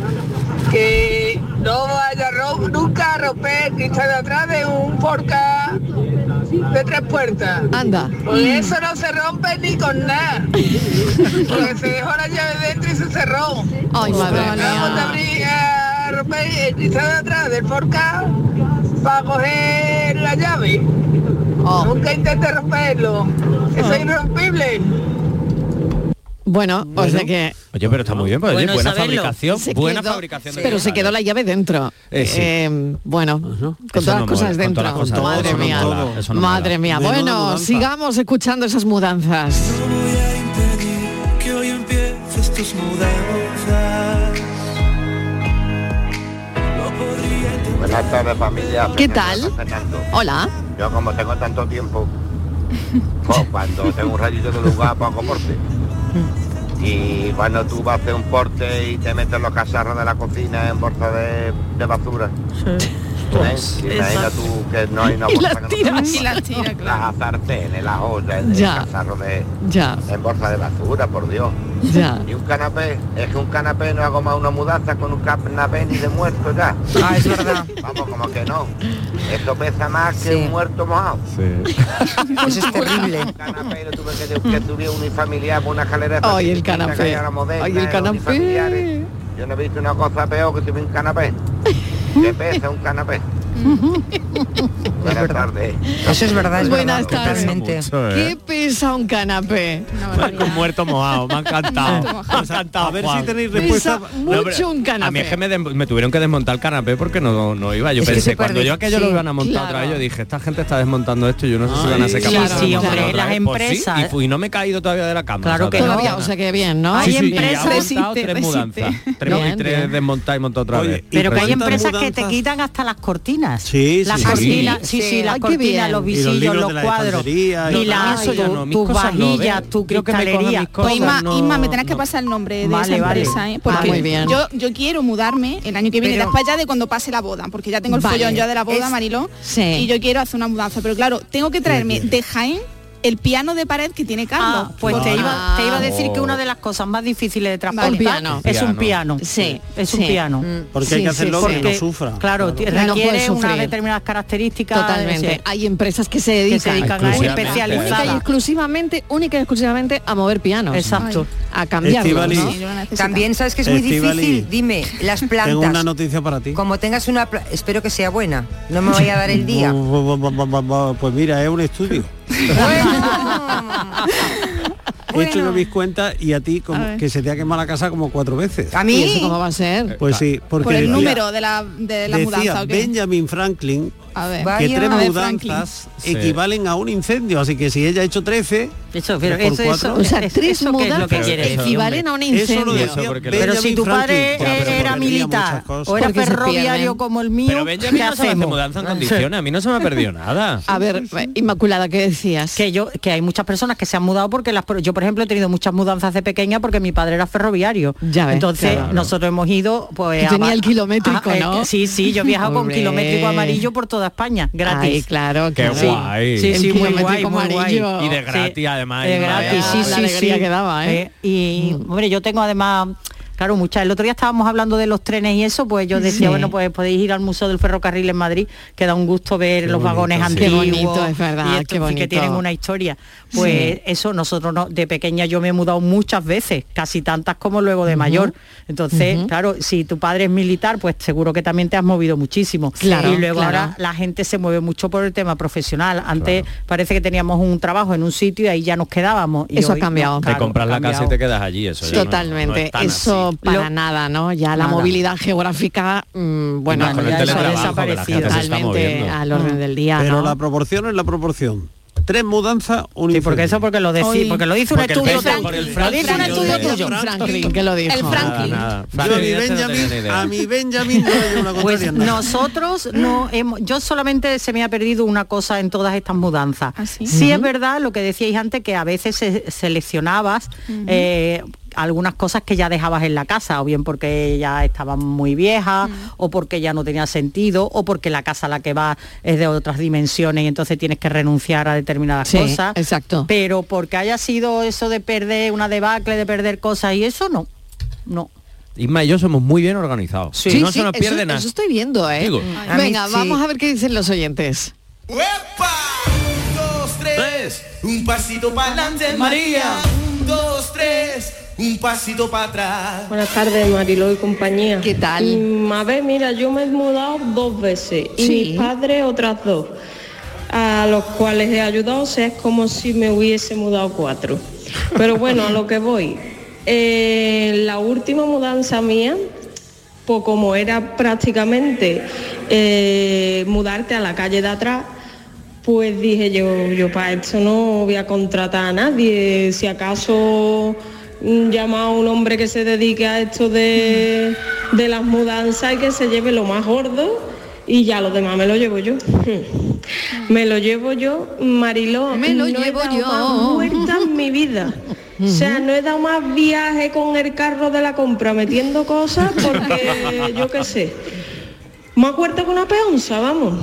Que no vaya a ro- nunca a romper el cristal de atrás de un porca de tres puertas.
Anda.
Porque eso no se rompe ni con nada. Porque se dejó la llave dentro y se cerró.
Ay, madre
Acabamos de
mía.
abrir a romper el cristal de atrás eh, del porca para coger la llave.
Oh.
Nunca intente este romperlo. Eso es irrompible.
Ah. Bueno, o sea que...
Oye, pero está muy bien, pues, oye,
Bueno
buena
saberlo.
fabricación,
Se
buena
quedó-
fabricación. de
Pero se
cristales.
quedó la llave dentro.
Eh, sí.
Eh, bueno, con
Eso
todas
no
las cosas
mola, con
dentro.
todas las cosas,
madre
eso no
mía.
mola, eso no
madre
mola.
mía.
Menuda
Bueno,
mudanza.
sigamos escuchando esas mudanzas.
que hoy empieces tus mudanzas.
Buenas tardes familia.
¿Qué
Fernando,
tal?
Fernando.
Hola.
Yo como tengo tanto tiempo, pues, cuando tengo un rayito de lugar poco porte. Y cuando tú vas a hacer un porte y te metes los cacharros de la cocina en bolsa de, de basura. ¿ves? Imagina
Pues, Exacto.
tú que no hay una
Y
bolsa
las
que no
tiras.
te
Y las tiras, claro.
Las sartenes, las ollas, el
Ya.
cacharro de,
Ya.
en bolsa de basura, por Dios.
Ya.
Y un canapé, es que un canapé no hago más una mudanza con un canapé ni de muerto ya. Ah, es verdad. Vamos, como que no. Eso pesa más que un muerto mojado.
Eso es terrible.
Un canapé lo tuve que, que tuve unifamiliar por una escalera. esta
Ay, el
chiquitita
canapé.
que hay ahora moderna,
Ay, el
eh,
canapé.
unifamiliares. Yo no he visto una cosa peor que tuve un canapé. Que pesa un canapé. Buenas tardes.
Eso es verdad,
Pues
es
Buenas
verdad,
tardes.
totalmente.
mucho, ¿eh? Pues,
¿Qué pesa un canapé?
Con muerto mojado, me ha encantado. me ha encantado. A
ver si tenéis
Pesa respuesta. mucho un
A mí
canapé.
es que me, dem- me tuvieron que desmontar el canapé porque no, no iba. Yo
Es que
pensé,
se
cuando
perdi-
yo aquello lo
sí,
iban a montar otra
claro.
vez, yo dije, esta gente está desmontando esto y yo no sé si van a ser
Ay,
capaces
sí,
de montarlo
hombre,
otra
las
vez. Pues sí,
empresas,
y, fui, no me he caído todavía de la cama.
Claro
o sea,
que
todavía
no. O sea que bien, ¿no?
Sí, sí, y pues, he montado tres mudanzas. Tres,
Bien,
y tres
bien.
desmontar y montar otra vez.
Pero que hay
Resulta-
empresas que te quitan hasta las cortinas.
Sí,
las
sí,
cortinas,
sí.
sí, sí,
Sí.
las
Ay, qué
cortinas,
bien.
los
Y los
visillos,
libros
los,
de la
cuadros
estantería y
y
todo.
las
Eso ya no, mis
tus
cosas no,
vajillas,
¿ves?
tu
Yo que me con mis
cristalería.
cosas
Pues,
Inma,
ma-
Inma, me tenés que pasar el nombre de
Vale,
esa
vale.
empresa, ¿eh?
Ah,
Porque
muy bien.
Yo, yo quiero mudarme el año que viene,
Pero-
después ya de cuando pase la boda, porque ya tengo el
Vale.
follón ya de la boda,
Es-
Mariló,
Sí.
y yo quiero hacer una mudanza. Pero claro, tengo que traerme de Jaén el piano de pared que tiene Carlos.
Ah, pues te iba, te iba a decir que una de
las
las cosas más difíciles de transportar
Un piano.
es un
Piano.
piano.
Sí,
es un
sí.
piano.
Porque hay que hacerlo que no sufra.
Claro, t-
No puede
pues, requiere
sufrir.
unas determinadas características.
Totalmente.
sí.
Hay empresas que se dedican,
se dedican a eso, Exclusivamente. especializadas.
Única y exclusivamente, única y exclusivamente a mover pianos.
Exacto.
A cambiarlos, ¿no?
También sabes que es muy
Estivali.
difícil. Dime, las plantas.
Tengo una noticia para ti.
Como tengas una... pla- Espero que sea buena. No me vaya a dar el día.
Pues mira, es un estudio. He hecho yo mis cuentas y a ti como
A ver.
que se te ha quemado la casa como cuatro veces.
¿A mí? ¿Y eso cómo
va a ser?
Pues sí, porque
por el
decía-
número de la, de la
decía
mudanza. ¿o qué?
Benjamin Franklin
A ver.
que
Vaya.
tres
A ver,
mudanzas
Franklin. Sí.
equivalen a un incendio, así que si ella ha hecho 13,
Eso, pero
pues
eso-
por
eso-
cuatro-
O sea, tres
¿Eso qué es lo
mudanzas
que quiere decir,
equivalen a un
hombre?
incendio.
Eso lo decía
Pero si tu padre
Ya, pero
era
porque tenía
militar
muchas cosas.
o era
Porque se
ferroviario
pierden.
como el mío,
Pero Benjamín
¿qué
no se hace
hacemos?
mudanza en condiciones, a mí no se me ha perdido nada.
A ver, Inmaculada, ¿qué decías?
Que yo, que hay muchas personas que se han mudado porque las yo, por ejemplo, he tenido muchas mudanzas de pequeña porque mi padre era ferroviario.
ves,
Entonces,
claro.
nosotros hemos ido pues
Y tenía
Ba-
el kilométrico,
eh,
¿no?
Sí, sí, yo he viajado con
Hombre.
kilométrico amarillo por toda España, gratis.
Ay, claro,
Qué
claro.
guay.
Sí, sí,
El
muy guay,
kilométrico
muy guay.
amarillo.
Y de gratis,
Sí,
además.
de
y vaya-
gratis, sí,
la
sí,
alegría
sí.
que daba, ¿eh?
Y, hombre, yo tengo además... Claro, muchas. El otro día estábamos hablando de los trenes y eso, pues yo decía,
Sí.
bueno, pues podéis ir al Museo del Ferrocarril en Madrid, que da un gusto ver los vagones
sí.
antiguos.
Qué bonito, es verdad,
y
qué
en fin,
bonito.
que tienen una historia. Pues
Sí.
eso, nosotros no, de pequeña yo me he mudado muchas veces, casi tantas como luego de mayor. Entonces, claro, si tu padre es militar, pues seguro que también te has movido muchísimo.
Claro,
y luego
claro.
ahora la gente se mueve mucho por el tema profesional. Antes parece que teníamos un trabajo en un sitio y ahí ya nos quedábamos. Y
Eso ha
hoy,
cambiado.
no,
Te
claro,
compras
ha
la casa y
cambiado.
te quedas allí, eso. ya no- no
Totalmente,
es tan
eso
así.
para nada, ¿no? Ya la
Nada.
movilidad geográfica, mm, bueno,
más con el
ya eso ha
teletrabajo, que la gente se
desaparecido
está
totalmente
moviendo.
al orden del día,
Pero
¿no?
la proporción es la proporción. Tres mudanzas, un Sí, porque
eso porque lo decí- Hoy- porque lo dice un Porque el estudio Benjamin- tuyo. por el Lo Franklin, dice un yo estudio diría. tuyo.
Franklin, que lo dijo.
El Franklin. Nada,
Yo a mi Benjamin, a mi Benjamin no le doy una
Pues
contraria en nada.
nosotros no hemos, yo solamente se me ha perdido una cosa en todas estas mudanzas. sí es verdad lo que decíais antes que a veces se- seleccionabas
Ujú.
eh, algunas cosas que ya dejabas en la casa, o bien porque ya estaban muy viejas, o porque ya no tenía sentido, o porque la casa a la que vas es de otras dimensiones y entonces tienes que renunciar a determinadas
Sí,
cosas.
exacto.
Pero porque haya sido eso de perder una debacle, de perder cosas y eso no. No.
Isma y yo somos muy bien organizados.
Sí,
no
sí,
se nos pierde
eso,
nada.
eso estoy viendo, ¿eh?
Digo.
Ay,
A mí
Venga,
sí.
vamos a ver qué dicen los oyentes.
dos, tres, un pasito para adelante, María. Un, dos, tres, un pasito para atrás.
Buenas tardes, Mariló y compañía. ¿Qué
tal?
a ver, mira, yo me he mudado dos veces y
Sí.
mis padres otras dos, a los cuales he ayudado, o sea, es como si me hubiese mudado cuatro. Pero bueno, a lo que voy. eh, la última mudanza mía, pues como era prácticamente eh, mudarte a la calle de atrás, pues dije yo, yo para esto no voy a contratar a nadie, si acaso mm, llama a un hombre que se dedique a esto de, de las mudanzas y que se lleve lo más gordo y ya lo demás me lo llevo yo. Me lo llevo yo, Mariló.
Me lo
no he
llevo
dado
yo.
más vueltas en mi vida. O sea, no he dado más viaje con el carro de la compra metiendo cosas porque yo qué sé. Me acuerdo que una peonza, vamos.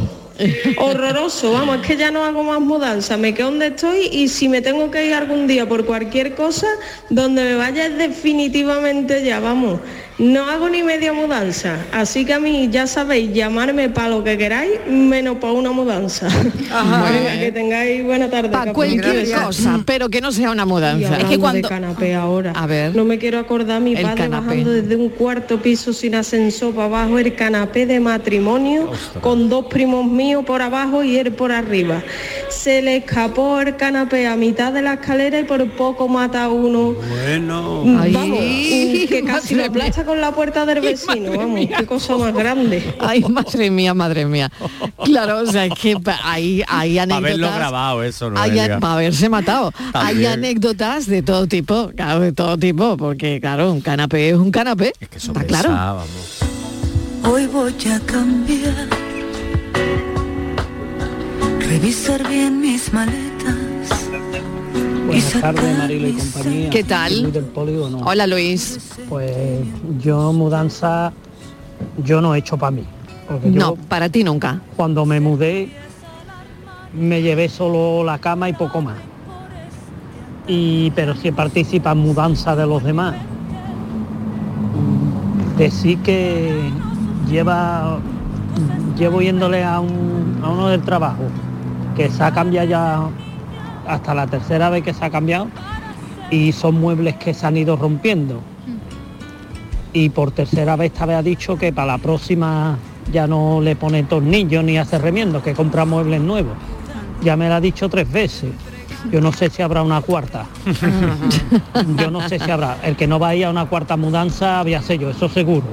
Horroroso, vamos, es que ya no hago más mudanza, me quedo donde estoy y si me tengo que ir algún día por cualquier cosa, donde me vaya es definitivamente ya, vamos. No hago ni media mudanza, así que a mí ya sabéis, llamarme para lo que queráis, menos para una mudanza. Venga, que tengáis buena tarde.
Para
capullo.
cualquier cosa,
Mm.
pero que no sea una mudanza.
Es que cuando canapé ahora.
A ver.
No me quiero acordar mi
El
padre
canapé.
bajando desde un cuarto piso sin ascensor para abajo el canapé de matrimonio con dos primos míos por abajo y él por arriba. Se le escapó el canapé a mitad de la escalera y por poco mata a uno.
Bueno.
Mm, Vamos, mm, que casi lo aplasta con la puerta del vecino, vamos, qué cosa más grande.
Ay, madre mía, madre mía. Claro, o sea, es que pa- hay, hay
Para haberlo
anécdotas.
grabado eso, no me
Hay,
digas.
a- para haberse matado. Hay
También.
anécdotas de todo tipo, claro, de todo tipo, porque claro, un canapé es un canapé. está Ah, claro.
Pensábamos.
Hoy voy a cambiar. Revisar bien mis maletas.
Buenas tardes, Marilo y compañía.
¿Qué tal?
Luis del polígono.
Hola Luis.
Pues yo mudanza, yo no he hecho para mí. Porque
No,
yo
para ti nunca.
cuando me mudé, me llevé solo la cama y poco más. Y pero si participa en mudanza de los demás. Mm, Decir que lleva llevo yéndole a, un- a uno del trabajo, que se ha cambiado ya hasta la tercera vez que se ha cambiado, y son muebles que se han ido rompiendo. Y por tercera vez te había dicho que para la próxima ya no le pone tornillos ni hace remiendos, que compra muebles nuevos. Ya me lo ha dicho tres veces. Yo no sé si habrá una cuarta. Yo no sé si habrá. El que no va a ir a una cuarta mudanza, voy a ser yo, eso seguro.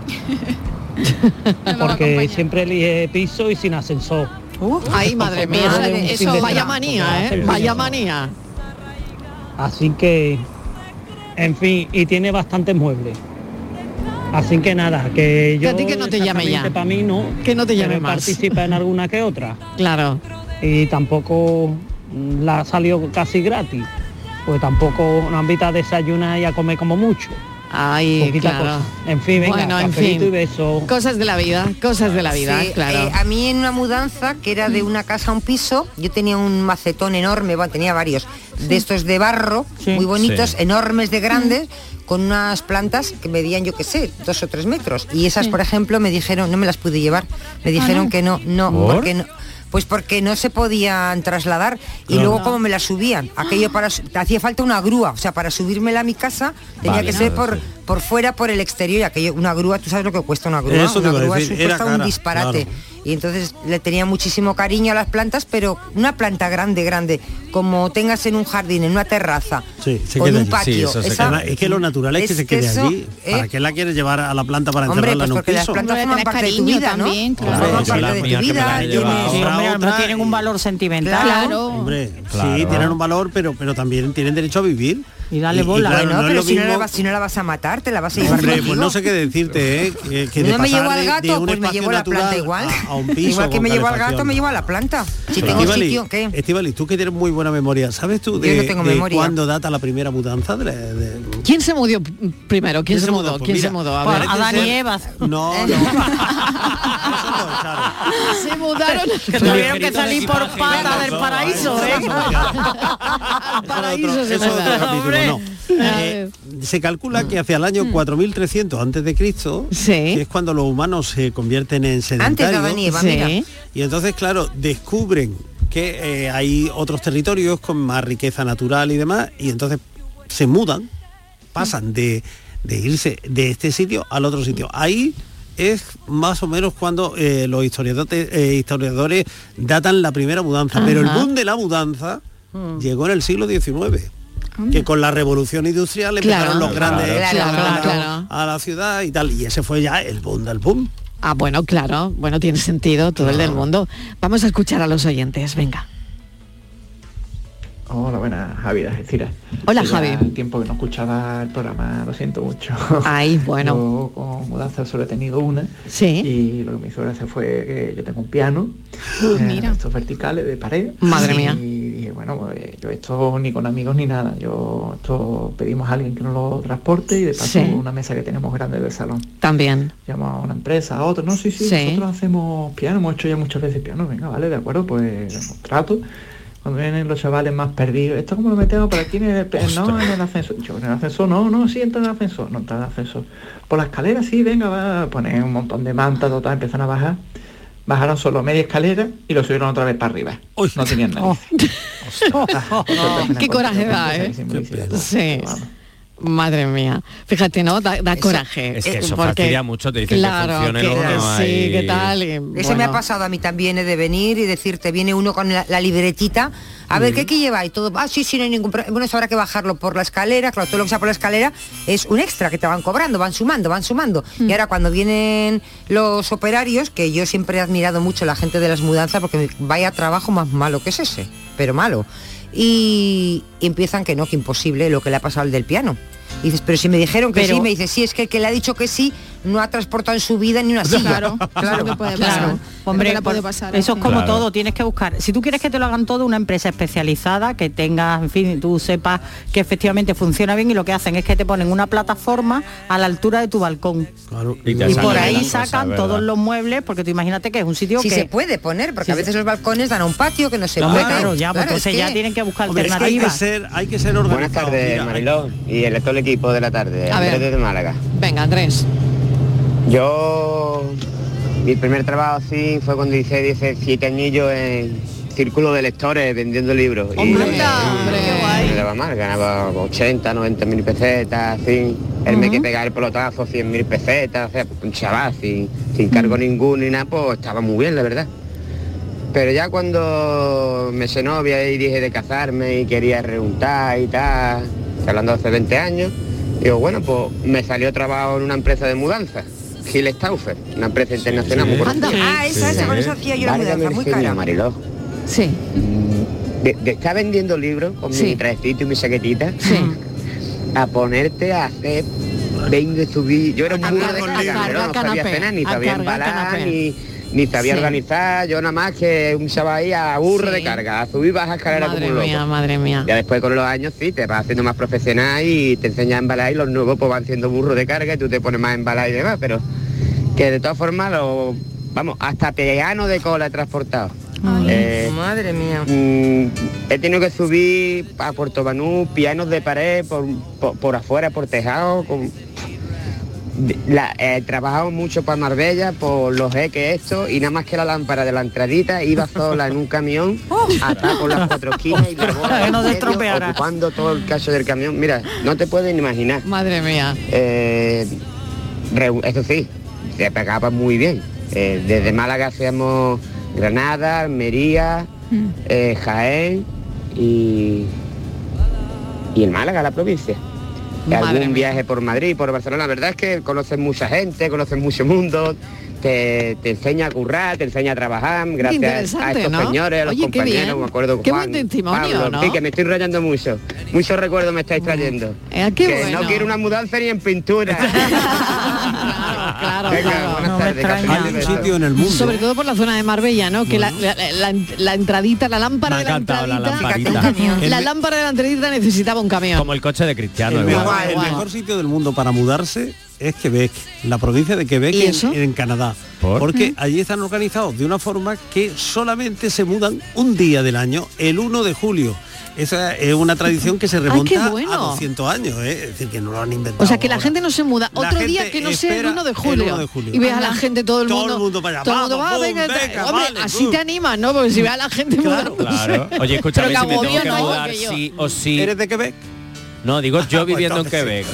Porque siempre elige piso y sin ascensor.
Ay, madre mía,
Ah,
Todo un fin
eso,
de
vaya
semana.
manía, ¿eh?
Sí.
Vaya manía.
Así que, en fin, y tiene bastantes muebles. Así que nada, que
Que
yo...
a ti que no te llame ya.
Para mí no.
Que no te llame
pero
más.
participa en alguna que otra.
Claro.
Y tampoco mm, la salió casi gratis. Pues tampoco nos invita a desayunar y a comer como mucho.
Ay, claro.
En fin, venga,
Bueno, en
cafelito
fin.
y beso.
Cosas de la vida, cosas de la vida,
Sí,
claro.
eh, a mí en una mudanza que era de una casa a un piso, yo tenía un macetón enorme, bueno, tenía varios, de estos de barro, muy bonitos,
Sí.
enormes de grandes, con unas plantas que medían, yo qué sé, dos o tres metros. Y esas, por ejemplo, me dijeron, no me las pude llevar,
Ah,
me dijeron
no.
que no, no,
¿Por?
porque no. Pues porque no se podían trasladar y
Claro.
luego como me las subían, aquello para su- hacía falta una grúa, o sea, para subírmela a mi casa tenía
Vale,
que ser
nada,
por
sí.
por fuera, por el exterior, y aquello, una grúa, tú sabes lo que cuesta una grúa,
Eso
una
te iba a
grúa
decir,
supuesta
era cara,
un disparate.
claro.
Y entonces le tenía muchísimo cariño a las plantas, pero una planta grande, grande, como tengas en un jardín, en una terraza,
Sí, se
con
queda
un
allí.
patio. esa-
Además, es que lo natural es, que
es
se quede
que eso,
allí.
¿eh?
¿Para qué la quieres llevar a la planta para
Hombre,
enterrarla
pues
en un
porque las
piso?
plantas
Hombre,
forman
tenés
parte de tu
cariño
vida, ¿no?
también, claro.
Hombre,
Forman
yo
parte
las
de tu
mías que me
vida,
las he
tienes-
llevado.
Sí, hombre,
Otra,
además
otra,
tienen un valor sentimental.
Claro. Hombre, sí,
Claro.
tienen un valor, pero, pero también tienen derecho a vivir.
Y
dale
Bueno, pero si, no la vas, si no la vas a matar, te la vas a llevar
Hombre, pues
contigo.
no sé qué decirte, ¿eh? Que, que de
no me llevo
pasar
al
de-
gato,
de
pues
un
me
espacio
llevo a la planta
natural
igual.
a un piso
igual que
con
me llevo al gato,
calefacción.
me llevo a la planta. Si
Claro.
tengo
Estivali,
sitio, ¿qué?
Estivali, tú que tienes muy buena memoria, ¿sabes tú
Yo
de,
no tengo
de
memoria.
cuándo data la primera mudanza de, de-
¿Quién se mudó primero? ¿Quién, se mudó? ¿Quién se mudó? A ver.
Adán y Eva.
No, no.
se mudaron.
Que tuvieron que salir por pata del paraíso, ¿eh?
paraíso se
Eso es otro
mudaron.
capítulo, no. Eh, se calcula que hacia el año
Mm.
4300 antes de Cristo que es cuando los humanos se convierten en sedentarios
Adán y Eva, Sí. mira.
y entonces claro descubren que eh, hay otros territorios con más riqueza natural y demás y entonces se mudan pasan de, de irse de este sitio al otro sitio ahí es más o menos cuando eh, los historiadores, eh, historiadores datan la primera mudanza pero el
Ajá.
boom de la mudanza
Mm.
llegó en el siglo XIX que con la revolución industrial
Claro.
empezaron los
Claro,
grandes
claro,
explotando
claro.
a la ciudad y tal y ese fue ya el boom del boom
Ah, bueno, claro. Bueno, tiene sentido todo el del mundo. Vamos a escuchar a los oyentes, venga.
Hola, buenas, Javi de Algeciras.
Hola,
Que ya
Javi.
El tiempo que no escuchaba el programa, lo siento mucho.
Ay, bueno.
Yo con mudanza solo he tenido una.
Sí.
Y lo que me hizo gracia fue que yo tengo un piano.
Ah, mira.
de Estos verticales de pared.
Madre
Y
mía.
dije, bueno, pues, yo esto ni con amigos ni nada. Yo esto pedimos a alguien que nos lo transporte y de paso
Sí.
una mesa que tenemos grande del salón.
También.
Llamamos a una empresa, a otra. No, sí, sí,
Sí.
nosotros hacemos piano, hemos hecho ya muchas veces piano. Venga, vale, de acuerdo, pues contrato. Cuando vienen los chavales más perdidos, ¿esto cómo lo metemos por aquí? En el, no, en el ascensor. Yo, en el ascensor, no, no, sí, entra en el ascensor. No, entra en el ascensor. Por la escalera, sí, venga, va. Ponen un montón de mantas, total, empiezan a bajar. Bajaron solo media escalera y lo subieron otra vez para arriba. No tenían nada.
Qué Oh, coraje da, ¿eh? Sí. Madre mía. Fíjate, ¿no? Da, da coraje.
es que
eh,
eso fastidia mucho, te dicen que funcione el horno,
sí,
hay-
¿qué tal? Y,
Eso me ha
bueno.
pasado a mí también, eh, de venir y decirte, viene uno con la, la libretita, a
Mm.
ver, ¿qué, ¿qué lleváis? Todo, ah, sí, sí, no hay ningún problema. Bueno, eso habrá que bajarlo por la escalera, claro, todo lo que sea por la escalera es un extra que te van cobrando, van sumando, van sumando.
Mm.
Y ahora cuando vienen los operarios, que yo siempre he admirado mucho la gente de las mudanzas, porque vaya trabajo más malo que es ese, pero malo. Y empiezan que no, que imposible lo que le ha pasado al del piano. Y dices, pero si me dijeron que
Pero-
sí, me dice, sí, es que el que le ha dicho que sí no ha transportado en su vida ni una silla.
Claro,
claro,
Claro. Hombre,
Nunca la puede
por-
pasar,
eso es
así.
como
Claro.
todo, tienes que buscar. Si tú quieres que te lo hagan todo, una empresa especializada que tenga, en fin, tú sepas que efectivamente funciona bien y lo que hacen es que te ponen una plataforma a la altura de tu balcón.
Y, te
Y
sacan
por
las
ahí
cosas,
sacan
¿verdad?
todos los muebles, porque tú imagínate que es un sitio
Si
que
se puede poner, porque a veces los balcones dan a un patio que no se
Claro,
puede.
ya, pues entonces ya tienen que buscar
Hombre, es que hay que
alternativas.
ser hay que ser organizado
Buenas tardes,
mira.
Mariló, y el, todo el equipo de la tarde,
A
Andrés
ver.
desde Málaga.
Venga, Andrés.
Yo, mi primer trabajo así fue cuando hice 17 anillos en Círculo de Lectores vendiendo libros. y me daba mal, ganaba 80, 90 mil pesetas, así. Él me que pegar el pelotazo, 100 mil pesetas, o sea, un chaval, sin, sin cargo ninguno y nada, pues estaba muy bien, la verdad. Pero ya cuando me hice novia y dije de casarme y quería reuntar y tal, estoy hablando de hace 20 años, digo, bueno, pues me salió trabajo en una empresa de mudanza, Gil Stauffer, una empresa internacional muy conocida.
ah, esa, esa, con eso hacía yo la
Válgame
mudanza,
el
muy
genio,
cara.
Mariló.
Sí.
De, de estar vendiendo libros con mi trajecito y mi chaquetita, a ponerte a hacer 20 subir. Yo era un burro de
cargar-
este
a
cabrón,
cargar
no sabía
canapé,
cenar, ni
a
sabía
cargar
embalar,
canapé.
ni, ni sabía
Sí.
organizar. Yo nada más que un chaval ahí a burro de carga, a subir bajas escaleras
Madre
como un loco.
mía, madre mía.
Ya después con los años sí, te vas haciendo más profesional y te enseñas a embalar y los nuevos pues van siendo burro de carga y tú te pones más a embalar y demás, pero que de todas formas lo vamos, hasta peano de cola he transportado. Eh,
Madre mía.
Mm, he tenido que subir a Puerto Banú pianos de pared por, por- por afuera, por tejado. Con, de- la- he trabajado mucho para Marbella por los que esto y nada más que la lámpara de la entradita iba sola en un camión atada por las cuatro esquinas y la bola
Que no
en
se
medio,
estropeara.
ocupando todo el caso del camión. Mira, no te puedes ni imaginar.
Madre mía.
Eh, reu- eso sí, se pegaba muy bien. Eh, desde Málaga hacíamos Granada, Almería, eh, Jaén y, y en Málaga, la provincia. Y
Madre
Algún
mía.
viaje por Madrid, por Barcelona, la verdad es que conoces mucha gente, conoces mucho mundo, te, te enseña a currar, te enseña a trabajar, gracias a
interesante,
estos
¿no?
señores, a los
Oye, qué
compañeros,
bien.
me acuerdo
Qué
Juan,
buen testimonio,
Pablo, en
¿no? Mm.
fin, que me estoy rayando mucho, muchos recuerdos me estáis trayendo.
Eh, qué
que
bueno.
no quiero una mudanza ni en pintura.
claro,
Venga,
claro.
buenas tardes, Café
Hay un
Belén.
sitio en el mundo. ¿eh?
Sobre todo por la zona de Marbella, ¿no? Que la, la- la- la entradita, la lámpara
Me ha
de la
encantado la
entradita.
lamparita.
La lámpara de la entradita necesitaba un camión.
Como el coche de Cristiano.
El,
igual.
mejor, el mejor sitio del mundo para mudarse es Quebec, la provincia de Quebec
¿Y
en-
eso? Mm.
en, Canadá. Porque allí están organizados de una forma que solamente se mudan un día del año, el 1 de julio. Esa es una tradición que se
qué
remonta
bueno.
a 200 años, ¿eh? es decir, que no lo han inventado.
O sea, que la gente no se muda
La
otro día
gente
que no sea el
espera
1 de
el
julio.
1 de julio.
Y veas a
Anda.
la gente, todo el
Todo el
mundo.
mundo para allá,
todo el mundo,
vamos,
va,
boom,
venga,
venga,
hombre,
vale,
así te animas, ¿no? Porque si veas a la gente mudándose.
Claro. Oye, escúchame,
Pero
si me tengo
agobio
que
no,
mudar
que yo.
sí o sí.
¿Eres de Quebec? Ah, pues
No, digo yo viviendo en Quebec.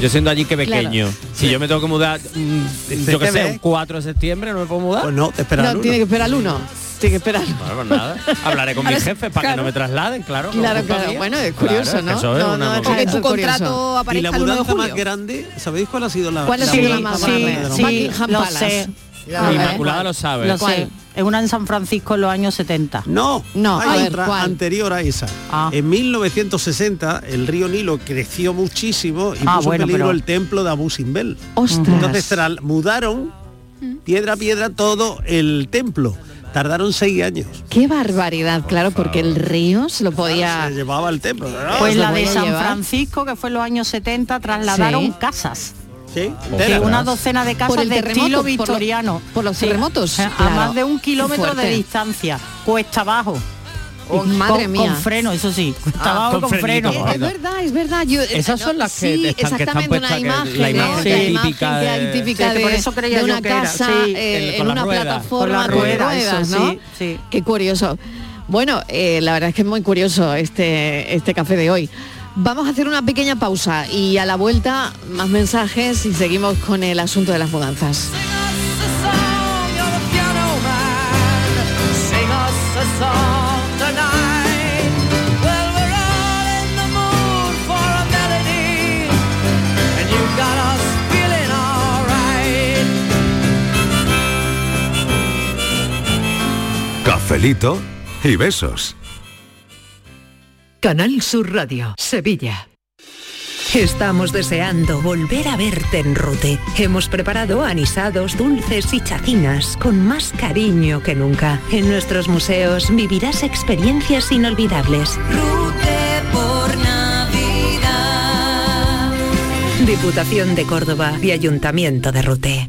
Yo siendo allí quebequeño. Si yo me tengo que mudar, mm, yo qué sé,
Quebec.
un 4 de septiembre, ¿no me puedo mudar? Pues
no, te
No, tiene que esperar al 1. Tiene que esperar.
Bueno, pues nada. Hablaré con mis
Ahora sí,
jefes para que
claro.
no me trasladen, claro.
Claro,
no es culpa
claro.
mía.
Bueno, es curioso,
Claro,
¿no?
Eso es
No,
una
no, es
movida.
que tu contrato
y
aparezca el
la
1 de
mudanza más
julio.
grande, ¿sabéis cuál ha sido la
¿Cuál ha
la
sido la
mudanza
más
más
grande?
grande?
Sí,
Buckingham
lo
Palace.
sé. Ah,
Inmaculada
¿eh?
lo sabe.
Lo
¿Cuál?
sé. Es una en San Francisco en los años 70.
No,
No,
hay
a ver,
otra
¿cuál?
anterior a esa. En 1960 el río Nilo creció muchísimo y
Ah,
puso
bueno,
en peligro
pero-
el templo de Abu Simbel.
Ostras.
Entonces tras- mudaron piedra a piedra todo el templo. Tardaron seis años.
Qué barbaridad, claro, porque el río se lo podía.
Se llevaba el templo.
Pues
Eso
la de
podía
San
llevar.
Francisco, que fue en los años 70, trasladaron
Sí.
casas.
Sí,
De una docena de
Por
casas
el
de
terremoto,
estilo
por lo-
victoriano.
Por, los terremotos.
a más de un kilómetro de
distancia.
distancia, cuesta abajo.
Oh,
Y
madre
con,
mía.
Con freno, eso sí, cuesta
Ah,
abajo
con
con, freno.
frenito, bueno.
Es verdad, es verdad. Yo, eh,
Esas son las que
sí,
están- que están
exactamente una
puestas, que
imagen,
la
¿eh?
imagen
La
típica
imagen que hay
de-
típica
Sí, que por eso
de,
creía
de
yo
una
que era,
casa
sí,
eh,
el-
en
con la
una
rueda, con
plataforma
la
con
rueda, eso
ruedas,
sí,
¿no?
sí.
Qué curioso. Bueno, eh, la verdad es que es muy curioso este este café de hoy. Vamos a hacer una pequeña pausa y a la vuelta más mensajes y seguimos con el asunto de las mudanzas.
Sing us a song tonight. Well, we're all in the mood for a melody, and you got us feeling alright.
Cafelito y besos.
Canal Sur Radio, Sevilla. Estamos deseando volver a verte en Rute. Hemos preparado anisados, dulces y chacinas con más cariño que nunca. En nuestros museos vivirás experiencias inolvidables.
Rute por Navidad.
Diputación de Córdoba y Ayuntamiento de Rute.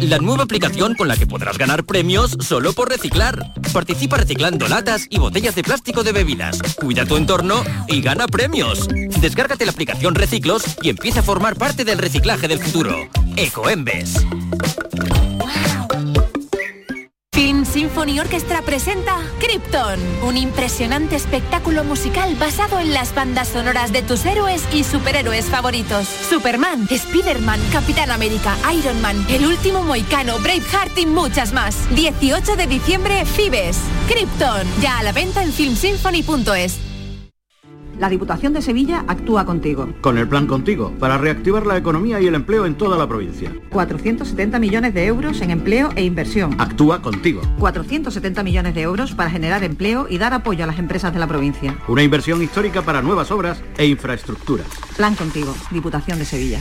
La nueva aplicación con la que podrás ganar premios solo por reciclar. Participa reciclando latas y botellas de plástico de bebidas. Cuida tu entorno y gana premios. Descárgate la aplicación Reciclos y empieza a formar parte del reciclaje del futuro. Ecoembes.
Film Symphony Orchestra presenta Krypton, un impresionante espectáculo musical basado en las bandas sonoras de tus héroes y superhéroes favoritos. Superman, Spider-Man, Capitán América, Iron Man, El Último Moicano, Braveheart y muchas más. 18 de diciembre, Fibes. Krypton, ya a la venta en filmsymphony.es.
La Diputación de Sevilla actúa contigo.
Con el plan contigo, para reactivar la economía y el empleo en toda la provincia.
470 millones de euros en empleo e inversión.
Actúa contigo.
470 millones de euros para generar empleo y dar apoyo a las empresas de la provincia.
Una inversión histórica para nuevas obras e infraestructuras.
Plan contigo, Diputación de Sevilla.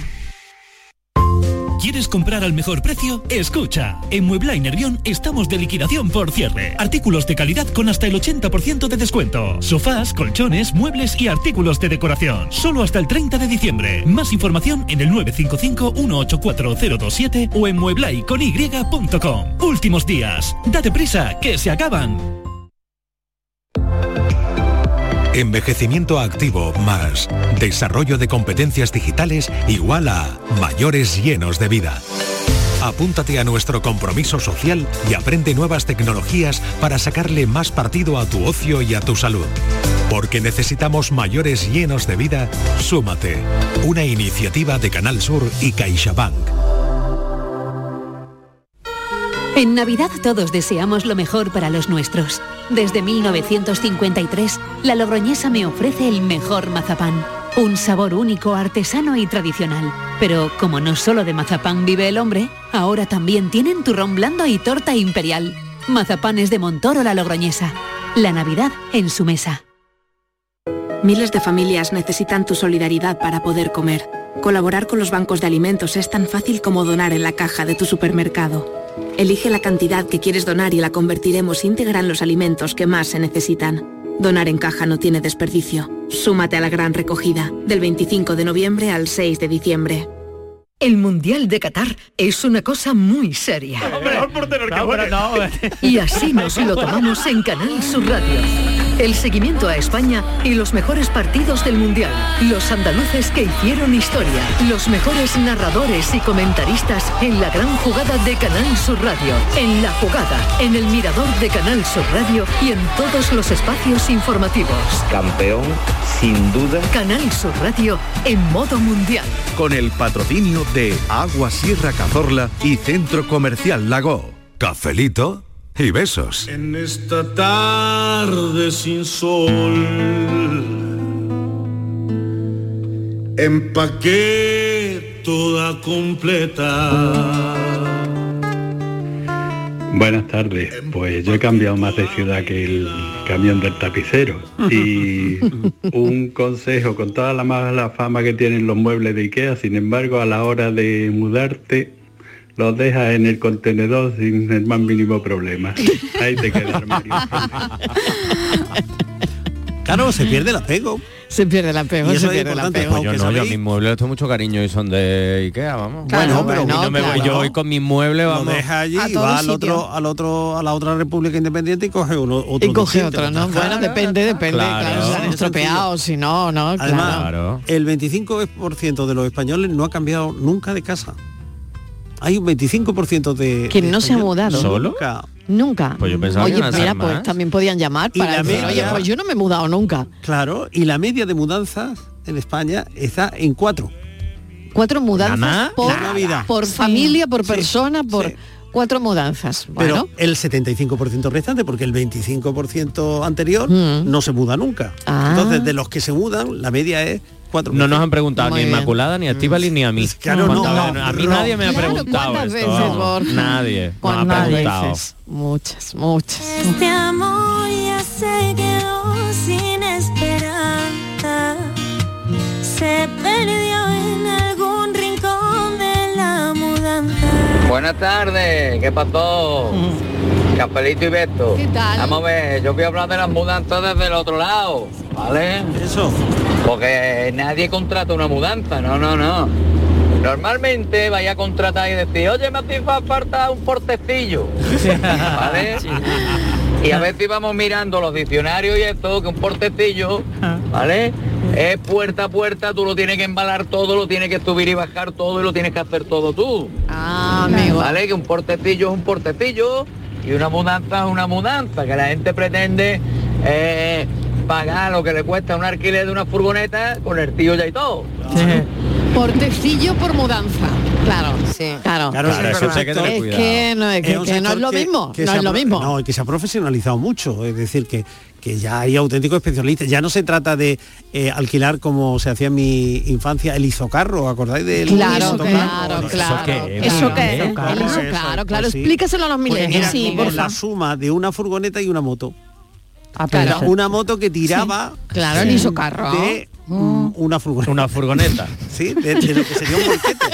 ¿Quieres comprar al mejor precio? Escucha. En Muebla y Nervión estamos de liquidación por cierre. Artículos de calidad con hasta el 80% de descuento. Sofás, colchones, muebles y artículos de decoración. Solo hasta el 30 de diciembre. Más información en el 955-184-027 o en mueblaiConY.com. Últimos días. Date prisa, que se acaban.
Envejecimiento activo más desarrollo de competencias digitales igual a mayores llenos de vida. Apúntate a nuestro compromiso social y aprende nuevas tecnologías para sacarle más partido a tu ocio y a tu salud. Porque necesitamos mayores llenos de vida, súmate. Una iniciativa de Canal Sur y CaixaBank.
En Navidad todos deseamos lo mejor para los nuestros. Desde 1953, la Logroñesa me ofrece el mejor mazapán. Un sabor único, artesano y tradicional. Pero como no solo de mazapán vive el hombre, ahora también tienen turrón blando y torta imperial. Mazapanes de Montoro la Logroñesa. La Navidad en su mesa.
Miles de familias necesitan tu solidaridad para poder comer. Colaborar con los bancos de alimentos es tan fácil como donar en la caja de tu supermercado. Elige la cantidad que quieres donar y la convertiremos íntegra en los alimentos que más se necesitan. Donar en caja no tiene desperdicio. Súmate a la gran recogida, del 25 de noviembre al 6 de diciembre.
El Mundial de Qatar es una cosa muy seria.
No, pero no.
Y así nos lo tomamos en Canal Sur Radio. El seguimiento a España y los mejores partidos del Mundial. Los andaluces que hicieron historia. Los mejores narradores y comentaristas en la gran jugada de Canal Sur Radio. En la jugada, en el mirador de Canal Sur Radio y en todos los espacios informativos.
Campeón, sin duda.
Canal Sur Radio en modo mundial.
Con el patrocinio de Agua Sierra Cazorla y Centro Comercial Lago.
Cafelito y besos.
En esta tarde sin sol empaqué toda completa.
Buenas tardes. Pues yo he cambiado más de ciudad que el camión del tapicero. Y un consejo, con toda la mala fama que tienen los muebles de Ikea, sin embargo, a la hora de mudarte, los dejas en el contenedor sin el más mínimo problema. Ahí te queda el armario.
Claro, se pierde el apego.
Se pierde el apego,
Y eso
se
es
pierde el
importante,
apego.
Pues Yo no, yo a mis muebles les tengo mucho cariño y son de Ikea, vamos.
Claro, Bueno, pero-
Y no me voy
claro.
yo hoy con mis muebles,
lo
vamos.
deja allí y va al otro, al otro, a la otra República Independiente y coge uno otro.
Y coge
distinto.
otro, ¿no? Bueno, depende, depende. Claro,
Claro.
se han estropeado, si no, ¿no?
Además,
claro.
el 25% de los españoles no ha cambiado nunca de casa. Hay un 25% de...
Que
de
no se ha
españoles
mudado.
¿Solo?
Nunca.
Pues yo pensaba que
Oye,
iban a ser
mira,
más.
pues también podían llamar
Y
para
la
decir,
media-
oye, pues yo no me he mudado nunca.
Claro, y la media de mudanzas en España está en cuatro.
Cuatro mudanzas
Nada,
por,
nada. ¿Ah? Navidad.
por familia, por persona, por cuatro mudanzas.
Pero
Bueno,
el 75% restante, porque el 25% anterior no se muda nunca. Entonces, de los que se mudan, la media es cuatro.
No nos han preguntado ni Inmaculada, ni a Estíbaliz, ni a mí.
Claro,
¿Cuántas
no,
veces? a mí
no.
nadie me ha
Claro,
preguntado
¿cuántas
esto,
veces,
vamos.
Borja?
Nadie
Pues
me ha
¿Cuántas
preguntado.
veces? muchas, muchas.
Este amor ya se quedó sin esperanza. Se perdió en algún rincón de la mudanza.
Buenas tardes, ¿qué pasó? Capelito y Beto.
¿Qué tal?
Vamos a ver, yo voy a hablar de las mudanzas desde el otro lado, ¿vale?
Eso.
Porque nadie contrata una mudanza, no, no, no. Normalmente vaya a contratar y decir, oye, me hace fa- falta un portecillo, ¿vale? Y a veces vamos mirando los diccionarios y esto, que un portecillo,
Ah.
¿vale? Es puerta a puerta, tú lo tienes que embalar todo, lo tienes que subir y bajar todo y lo tienes que hacer todo tú.
Ah, amigo.
¿Vale? Que un portecillo es un portecillo y una mudanza es una mudanza, que la gente pretende eh, pagar lo que le cuesta un alquiler de una furgoneta con el tío ya y todo.
Portecillo por mudanza. Claro, sí. Ah, Claro,
Claro,
Claro,
es,
eso usted que
correcto.
tener
Es que no es, que-
un
que no es
sector
lo
que-
mismo.
que
no
se
es
ha
lo
pro-
mismo.
No, y que se ha profesionalizado mucho, es decir, que, que ya hay auténticos especialistas. Ya no se trata de eh, alquilar como se hacía en mi infancia, el izocarro, ¿acordáis del
Claro,
izocarro?
claro,
¿Eso
claro.
qué es?
¿Eso qué es?
Eso,
El
claro,
izocarro,
eso,
claro,
pues sí.
explícaselo a los
Pues
millennials,
era
sí,
como
porfa. Ah,
la suma de una furgoneta y una moto.
pero
Era
eso-
Una moto que tiraba
Sí. Claro, el
de-
isocarro.
de mm, una furgoneta.
Una furgoneta.
sí, de, de lo que sería un volquete.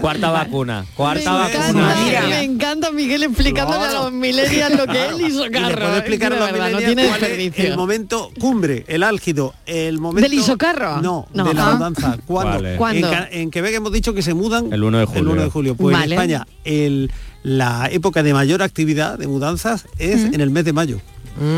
Cuarta vacuna. Cuarta
Me
vacuna.
encanta.
Ay, me encanta Miguel explicándole a los millennials lo que es el
Y le
isocarro. ¿eh?
puedo explicar
Es
a
que
los
de verdad, no
millennials
tiene
cuál es
desperdicio.
el momento cumbre, el álgido, el momento...
¿Del isocarro?
No,
No.
de la
Ah.
mudanza. ¿Cuándo?
¿Cuál es?
¿Cuándo?
En, Ca- en Quebec hemos dicho que se mudan
El 1 de
el
julio.
1 de julio. Pues
Vale.
en España el- la época de mayor actividad de mudanzas es en el mes de mayo.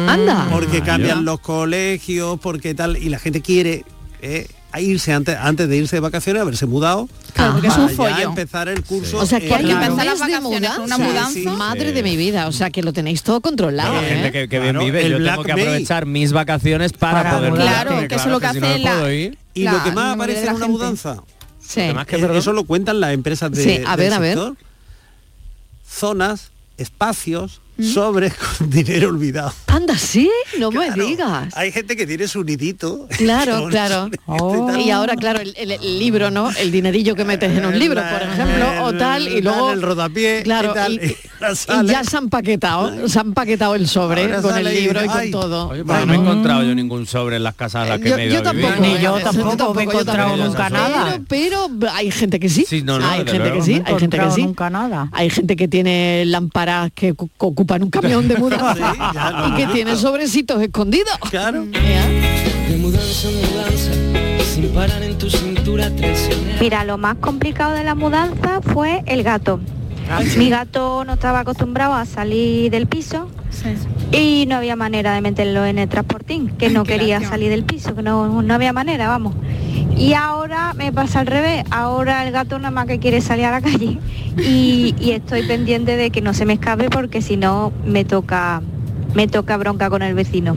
Anda.
Porque
Ah,
cambian
ya.
los colegios, porque tal, y la gente quiere... eh, a irse antes, antes de irse de vacaciones, haberse mudado.
Claro, porque es
para
un
ya
follón.
empezar el curso.
O sea, que
en
hay que
verano.
empezar las
mes de
vacaciones con una
mudanza.
mudanza.
Sí, sí.
Madre de mi vida, o sea, que lo tenéis todo controlado.
La gente
¿eh?
que, que bien
Claro,
vive,
el
yo
Black
tengo que
May.
aprovechar mis vacaciones para,
Para
poder
mudarte,
mudarme,
claro, que eso es lo que
si no,
hace
no puedo
la-
ir.
Y lo que más aparece en una mudanza. eh,
Sí.
Además que eso lo cuentan las empresas de,
Eh. Sí, a
del
ver, a ver.
sector. zonas, espacios, sobres con dinero olvidado.
Anda, sí, no me digas.
Hay gente que tiene su nidito.
Claro, claro.
este
Oh. Y ahora, claro, el, el- el libro, ¿no? El dinerillo que metes en un libro, por ejemplo, o tal, y luego...
el rodapié.
Claro,
y tal,
y-
y la
Y
sale.
ya se han paquetado, se han paquetado el sobre
Ahora
con
sale
el
y
libro y,
dice,
con
"Ay".
todo.
Oye, pero no me he encontrado yo ningún sobre en las casas a las que
Yo-
me he
yo
ido a vivir.
tampoco, Ni ¿eh? yo
tampoco, me he encontrado nunca
Pero, pero hay gente que sí.
Sí, no, no,
hay
desde
gente que
luego.
sí,
No he
hay gente que
encontrado
sí.
nunca
Hay gente que tiene lámparas que cu- ocupan un camión de mudanza y que tiene sobrecitos escondidos.
Claro.
De mudanza en mudanza, sin parar en tu cintura traicionera.
Mira, lo más complicado de la mudanza fue el gato. Mi gato no estaba acostumbrado a salir del piso y no había manera de meterlo en el transportín, que no quería salir del piso, que no, no había manera, vamos. Y ahora me pasa al revés, ahora el gato nada más que quiere salir a la calle y, y estoy pendiente de que no se me escape porque si no me toca, me toca bronca con el vecino.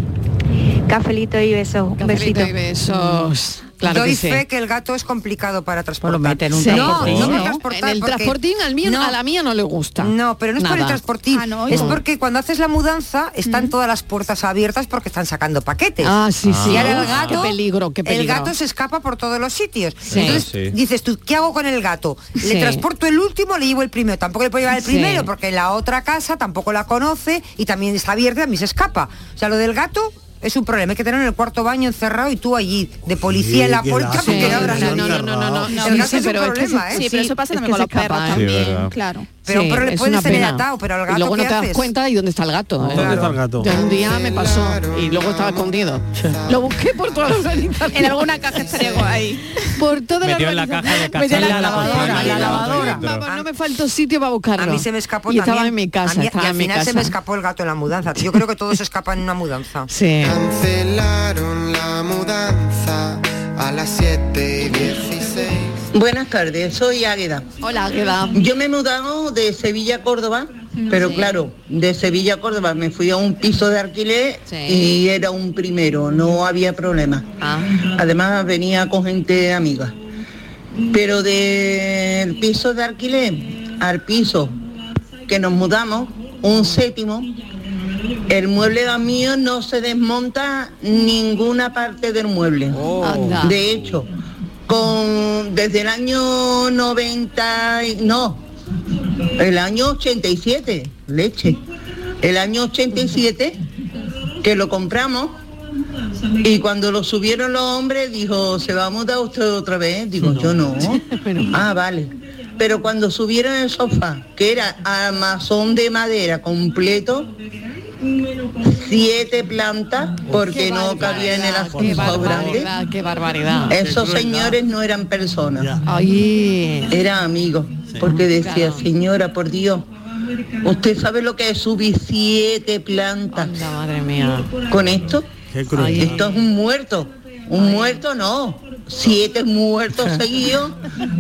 Cafelito y besos, un
Cafelito
besito.
y besos. Claro
Doy
que sí.
fe que el gato es complicado para transportar.
meten en un
no,
transportín,
no me
¿no?
transportar
En el
porque-
transportín, al mío- a la mía no le gusta.
No, pero no es por el
Nada.
transportín.
Ah, no, Mm.
es
no.
porque cuando haces la mudanza están todas las puertas abiertas porque están sacando paquetes.
Ah, sí, sí.
Y ahora el
Uf,
gato,
qué peligro, qué
El
peligro.
gato se escapa por todos los sitios.
Sí.
Entonces
Sí.
dices tú, ¿qué hago con el gato? ¿Le
Sí.
transporto el último o le llevo el primero? Tampoco le puedo llevar el
Sí.
primero porque la otra casa tampoco la conoce y también está abierta y a mí se escapa. O sea, lo del gato... Es un problema, hay que tener en el cuarto baño encerrado y tú allí, de policía en la
qué
puerta,
lástima,
porque no abras
no,
la
no, no,
puerta.
no, no, no,
El
no,
gato es un
sí, pero es que se-
problema, ¿eh?
Sí, pero eso pasa
es
también
que
con los
se escapa,
perros
¿eh? Sí,
también,
verdad.
claro.
Pero un problema-
es
puede
una
ser
pena.
enlatado, pero el
Y
gato,
luego no
¿qué
te das
haces?
cuenta y dónde está el gato. ¿eh?
¿Dónde está el gato?
Ya un día me pasó y luego estaba escondido. Lo busqué por toda la organización.
En alguna caja estrego ahí.
Por toda
Metió
la
en la
organización.
caja de
Metí en
cazar la lavadora, la lavadora.
Vamos, no me faltó sitio para buscarlo.
A mí se me escapó
y estaba
también.
en mi
A
casa,
mí- y
estaba
al
en mi
final
casa.
se me escapó el gato en la mudanza. Yo creo que todos escapan en una mudanza.
Sí.
Cancelaron la mudanza a las 7 y 16.
Buenas tardes, soy Águeda.
Hola, Águeda. Mm,
Yo me he mudado de Sevilla a Córdoba, pero claro, de Sevilla a Córdoba me fui a un piso de alquiler y era un primero, no había problema.
Ah.
Además venía con gente amiga. Pero del piso de alquiler al piso que nos mudamos, un séptimo, el mueble mío no se desmonta ninguna parte del mueble.
Anda.
De hecho, con desde el año 90, y- no, el año 87, leche. El año 87 que lo compramos y cuando lo subieron los hombres dijo, ¿se va a mudar usted otra vez? Digo, yo no. ah, vale. Pero cuando subieron el sofá, que era armazón de madera completo, siete plantas, porque no cabía en el ascensor grande.
Qué barbaridad.
Esos señores no eran personas. Eran amigos. Porque decía,
Claro.
señora, por Dios, usted sabe lo que es subir siete plantas.
madre mía.
Con esto,
cruel.
esto es un muerto. Un muerto no. Siete muertos seguidos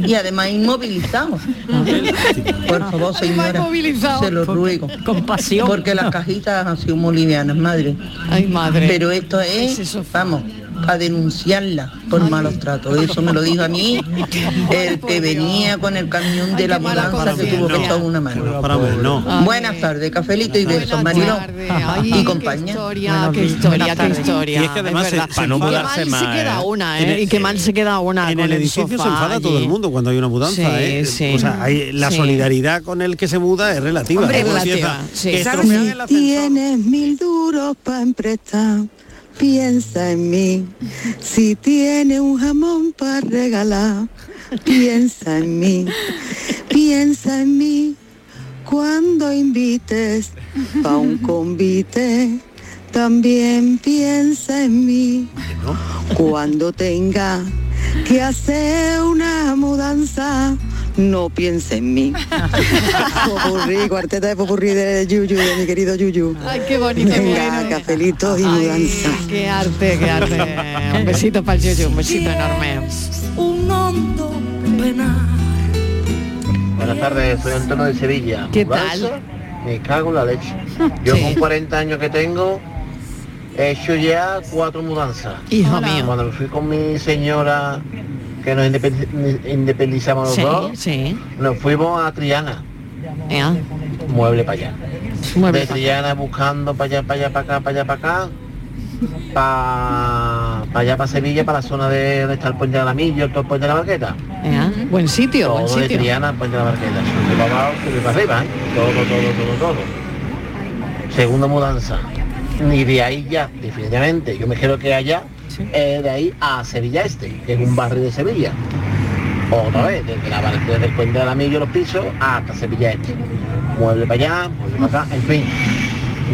y además inmovilizados. Por favor, señora, se lo ruego. Compasión. Porque las cajitas han sido muy livianas, madre.
Ay, madre.
Pero esto es, vamos, para denunciarla por malos tratos. Eso me lo dijo a mí el que venía con el camión de la mudanza que tuvo que echar una mano. Buenas tardes, cafelito y besos, Mariló y compañía.
historia, qué historia, qué historia.
Y es que además,
verdad.
se- para no
Qué
mudarse
mal
más,
se queda
¿eh?
una,
En
¿eh?
el-
Y qué mal se queda una
en
con
el edificio se
sofá
enfada todo
allí.
el mundo cuando hay una mudanza.
Sí,
¿eh?
sí.
O sea, hay- la
Sí.
solidaridad con el que se muda es relativa. ¿eh?
Hombre,
Como si
relativa,
esa-
sí.
que
¿Sabes?
estropean el-
Tienes mil duros para emprestar, piensa en mí. Si tienes un jamón para regalar, piensa en mí. Piensa en mí cuando invites pa' un convite. También piensa en mí cuando tenga que hacer una mudanza. No piensa en mí. Popurrí, cuarteta de popurrí de Yuyu, de mi querido Yuyu.
Ay, qué bonito, qué
Venga,
bueno.
cafelitos y mudanza.
Qué arte, qué arte. Un besito para el Yuyu, un besito enorme.
Un hondo penar.
Buenas tardes, soy Antonio de Sevilla.
¿Qué
Mudanza,
tal?
Me cago en la leche. Yo con 40 años que tengo, he hecho ya cuatro mudanzas.
Hijo Hola. mío.
Cuando me fui con mi señora, que nos independi- independizamos los
Sí,
dos,
sí.
nos fuimos a Triana.
Ea.
mueble para allá. De Triana buscando para allá, para allá, para acá, para allá, para acá. Para allá, para Sevilla, para la zona de donde está el puente de la Milla, el puente de la Barqueta.
Ea, Buen sitio,
Todo
buen
de
sitio.
Triana, el puente de la Barqueta. Sube para abajo, sube para arriba, ¿eh? Todo, todo, todo, todo. Segunda mudanza. Y de ahí ya, definitivamente, yo me quiero que allá, eh, de ahí a Sevilla Este, que es un barrio de Sevilla. Otra vez, desde, la, bar- desde el puente de la Milla y los pisos hasta Sevilla Este. Mueble para allá, mueble para acá, en fin.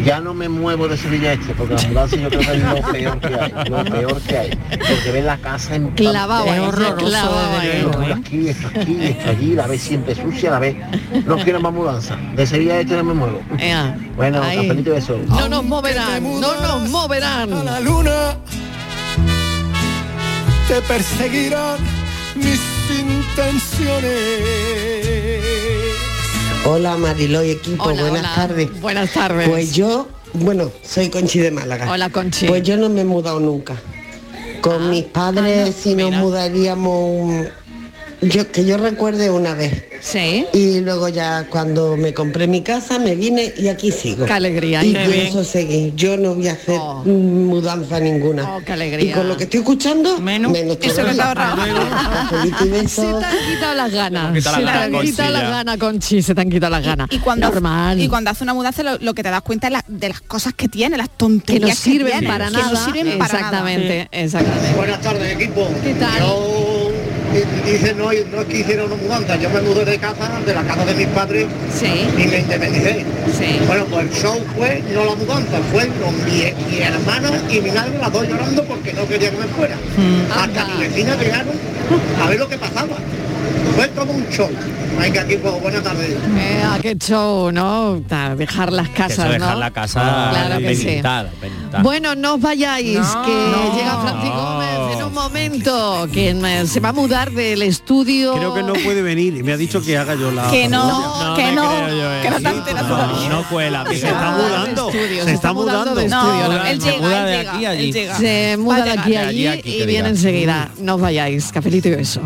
Ya no me muevo de Sevilla Este, porque la mudanza yo creo que es lo peor que hay, lo peor que hay. Porque ves la casa en
Clavado ahí, clavado ahí.
Esto aquí, esto aquí, esto allí, la ves siempre sucia, la ves. No quiero más mudanza. De Sevilla Este no me muevo.
Ea,
Bueno,
ahí.
cafelito de eso.
No nos moverán, no nos moverán.
la luna te perseguirán mis intenciones.
Hola Mariló y equipo,
Hola,
buenas
hola.
tardes.
Buenas tardes.
Pues yo, bueno, soy Conchi de Málaga.
Hola, Conchi. Ah.
Pues yo no me he mudado nunca. Con mis padres si nos mudaríamos un- Yo, que yo recuerde una vez.
Sí.
Y luego ya cuando me compré mi casa me vine y aquí sigo.
Qué alegría,
Y
qué
yo
bien. Oh.
eso seguí. Yo no voy a hacer mm, mudanza ninguna.
qué alegría.
Y con lo que estoy escuchando, menos,
Eso que te ahorra.
Cafelito y besos.
Se te han quitado las ganas.
Quita
Se
las
te
ganas,
han
Conchi,
quitado las
ya.
ganas, Conchi. Se te han quitado las ganas.
Y cuando,
Normal.
y cuando hace una mudanza lo, lo que te das cuenta es la- de las cosas que tiene, las tonterías
Que no sirven
tiene,
para
que
nada.
no sirven para
Exactamente,
nada.
exactamente.
Buenas tardes, equipo. ¿Qué tal? Yo, di- dice, no, no es que hiciera una mudanza, yo me mudé de casa, de la casa de mis padres, y me independicé. Bueno, pues el show fue, no la mudanza, fue con mi, mi hermana y mi madre, las dos llorando porque no quería que me fuera.
Mm.
Hasta mi vecina llegaron a ver lo que pasaba. Fue como un show. Venga, equipo, buenas tardes.
Eh, ah, qué show, ¿no? Ta- Dejar las casas,
Eso dejar
¿no?
la casa
Claro que sí.
pendientada, pendientada.
Bueno, no os vayáis, que llega Francisco
No.
Gómez en un momento, quien eh, se va a mudar del estudio.
Creo que no puede venir y me ha dicho que haga yo la...
Que no,
familia.
que no, que no te
no,
no cuela,
se
Miguel.
está mudando, se está mudando.
de estudio, la
él
verdad.
llega, Se muda él de llega, aquí a él allí. llega.
Se
Va
muda
a
de
llegar.
aquí a
De
allí
allí a aquí,
y
que
viene
diga.
enseguida. No os vayáis, cafelito y beso.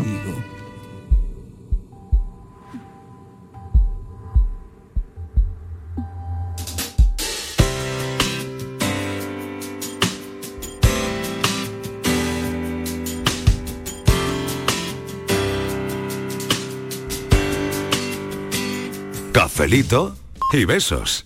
Cafelito y besos.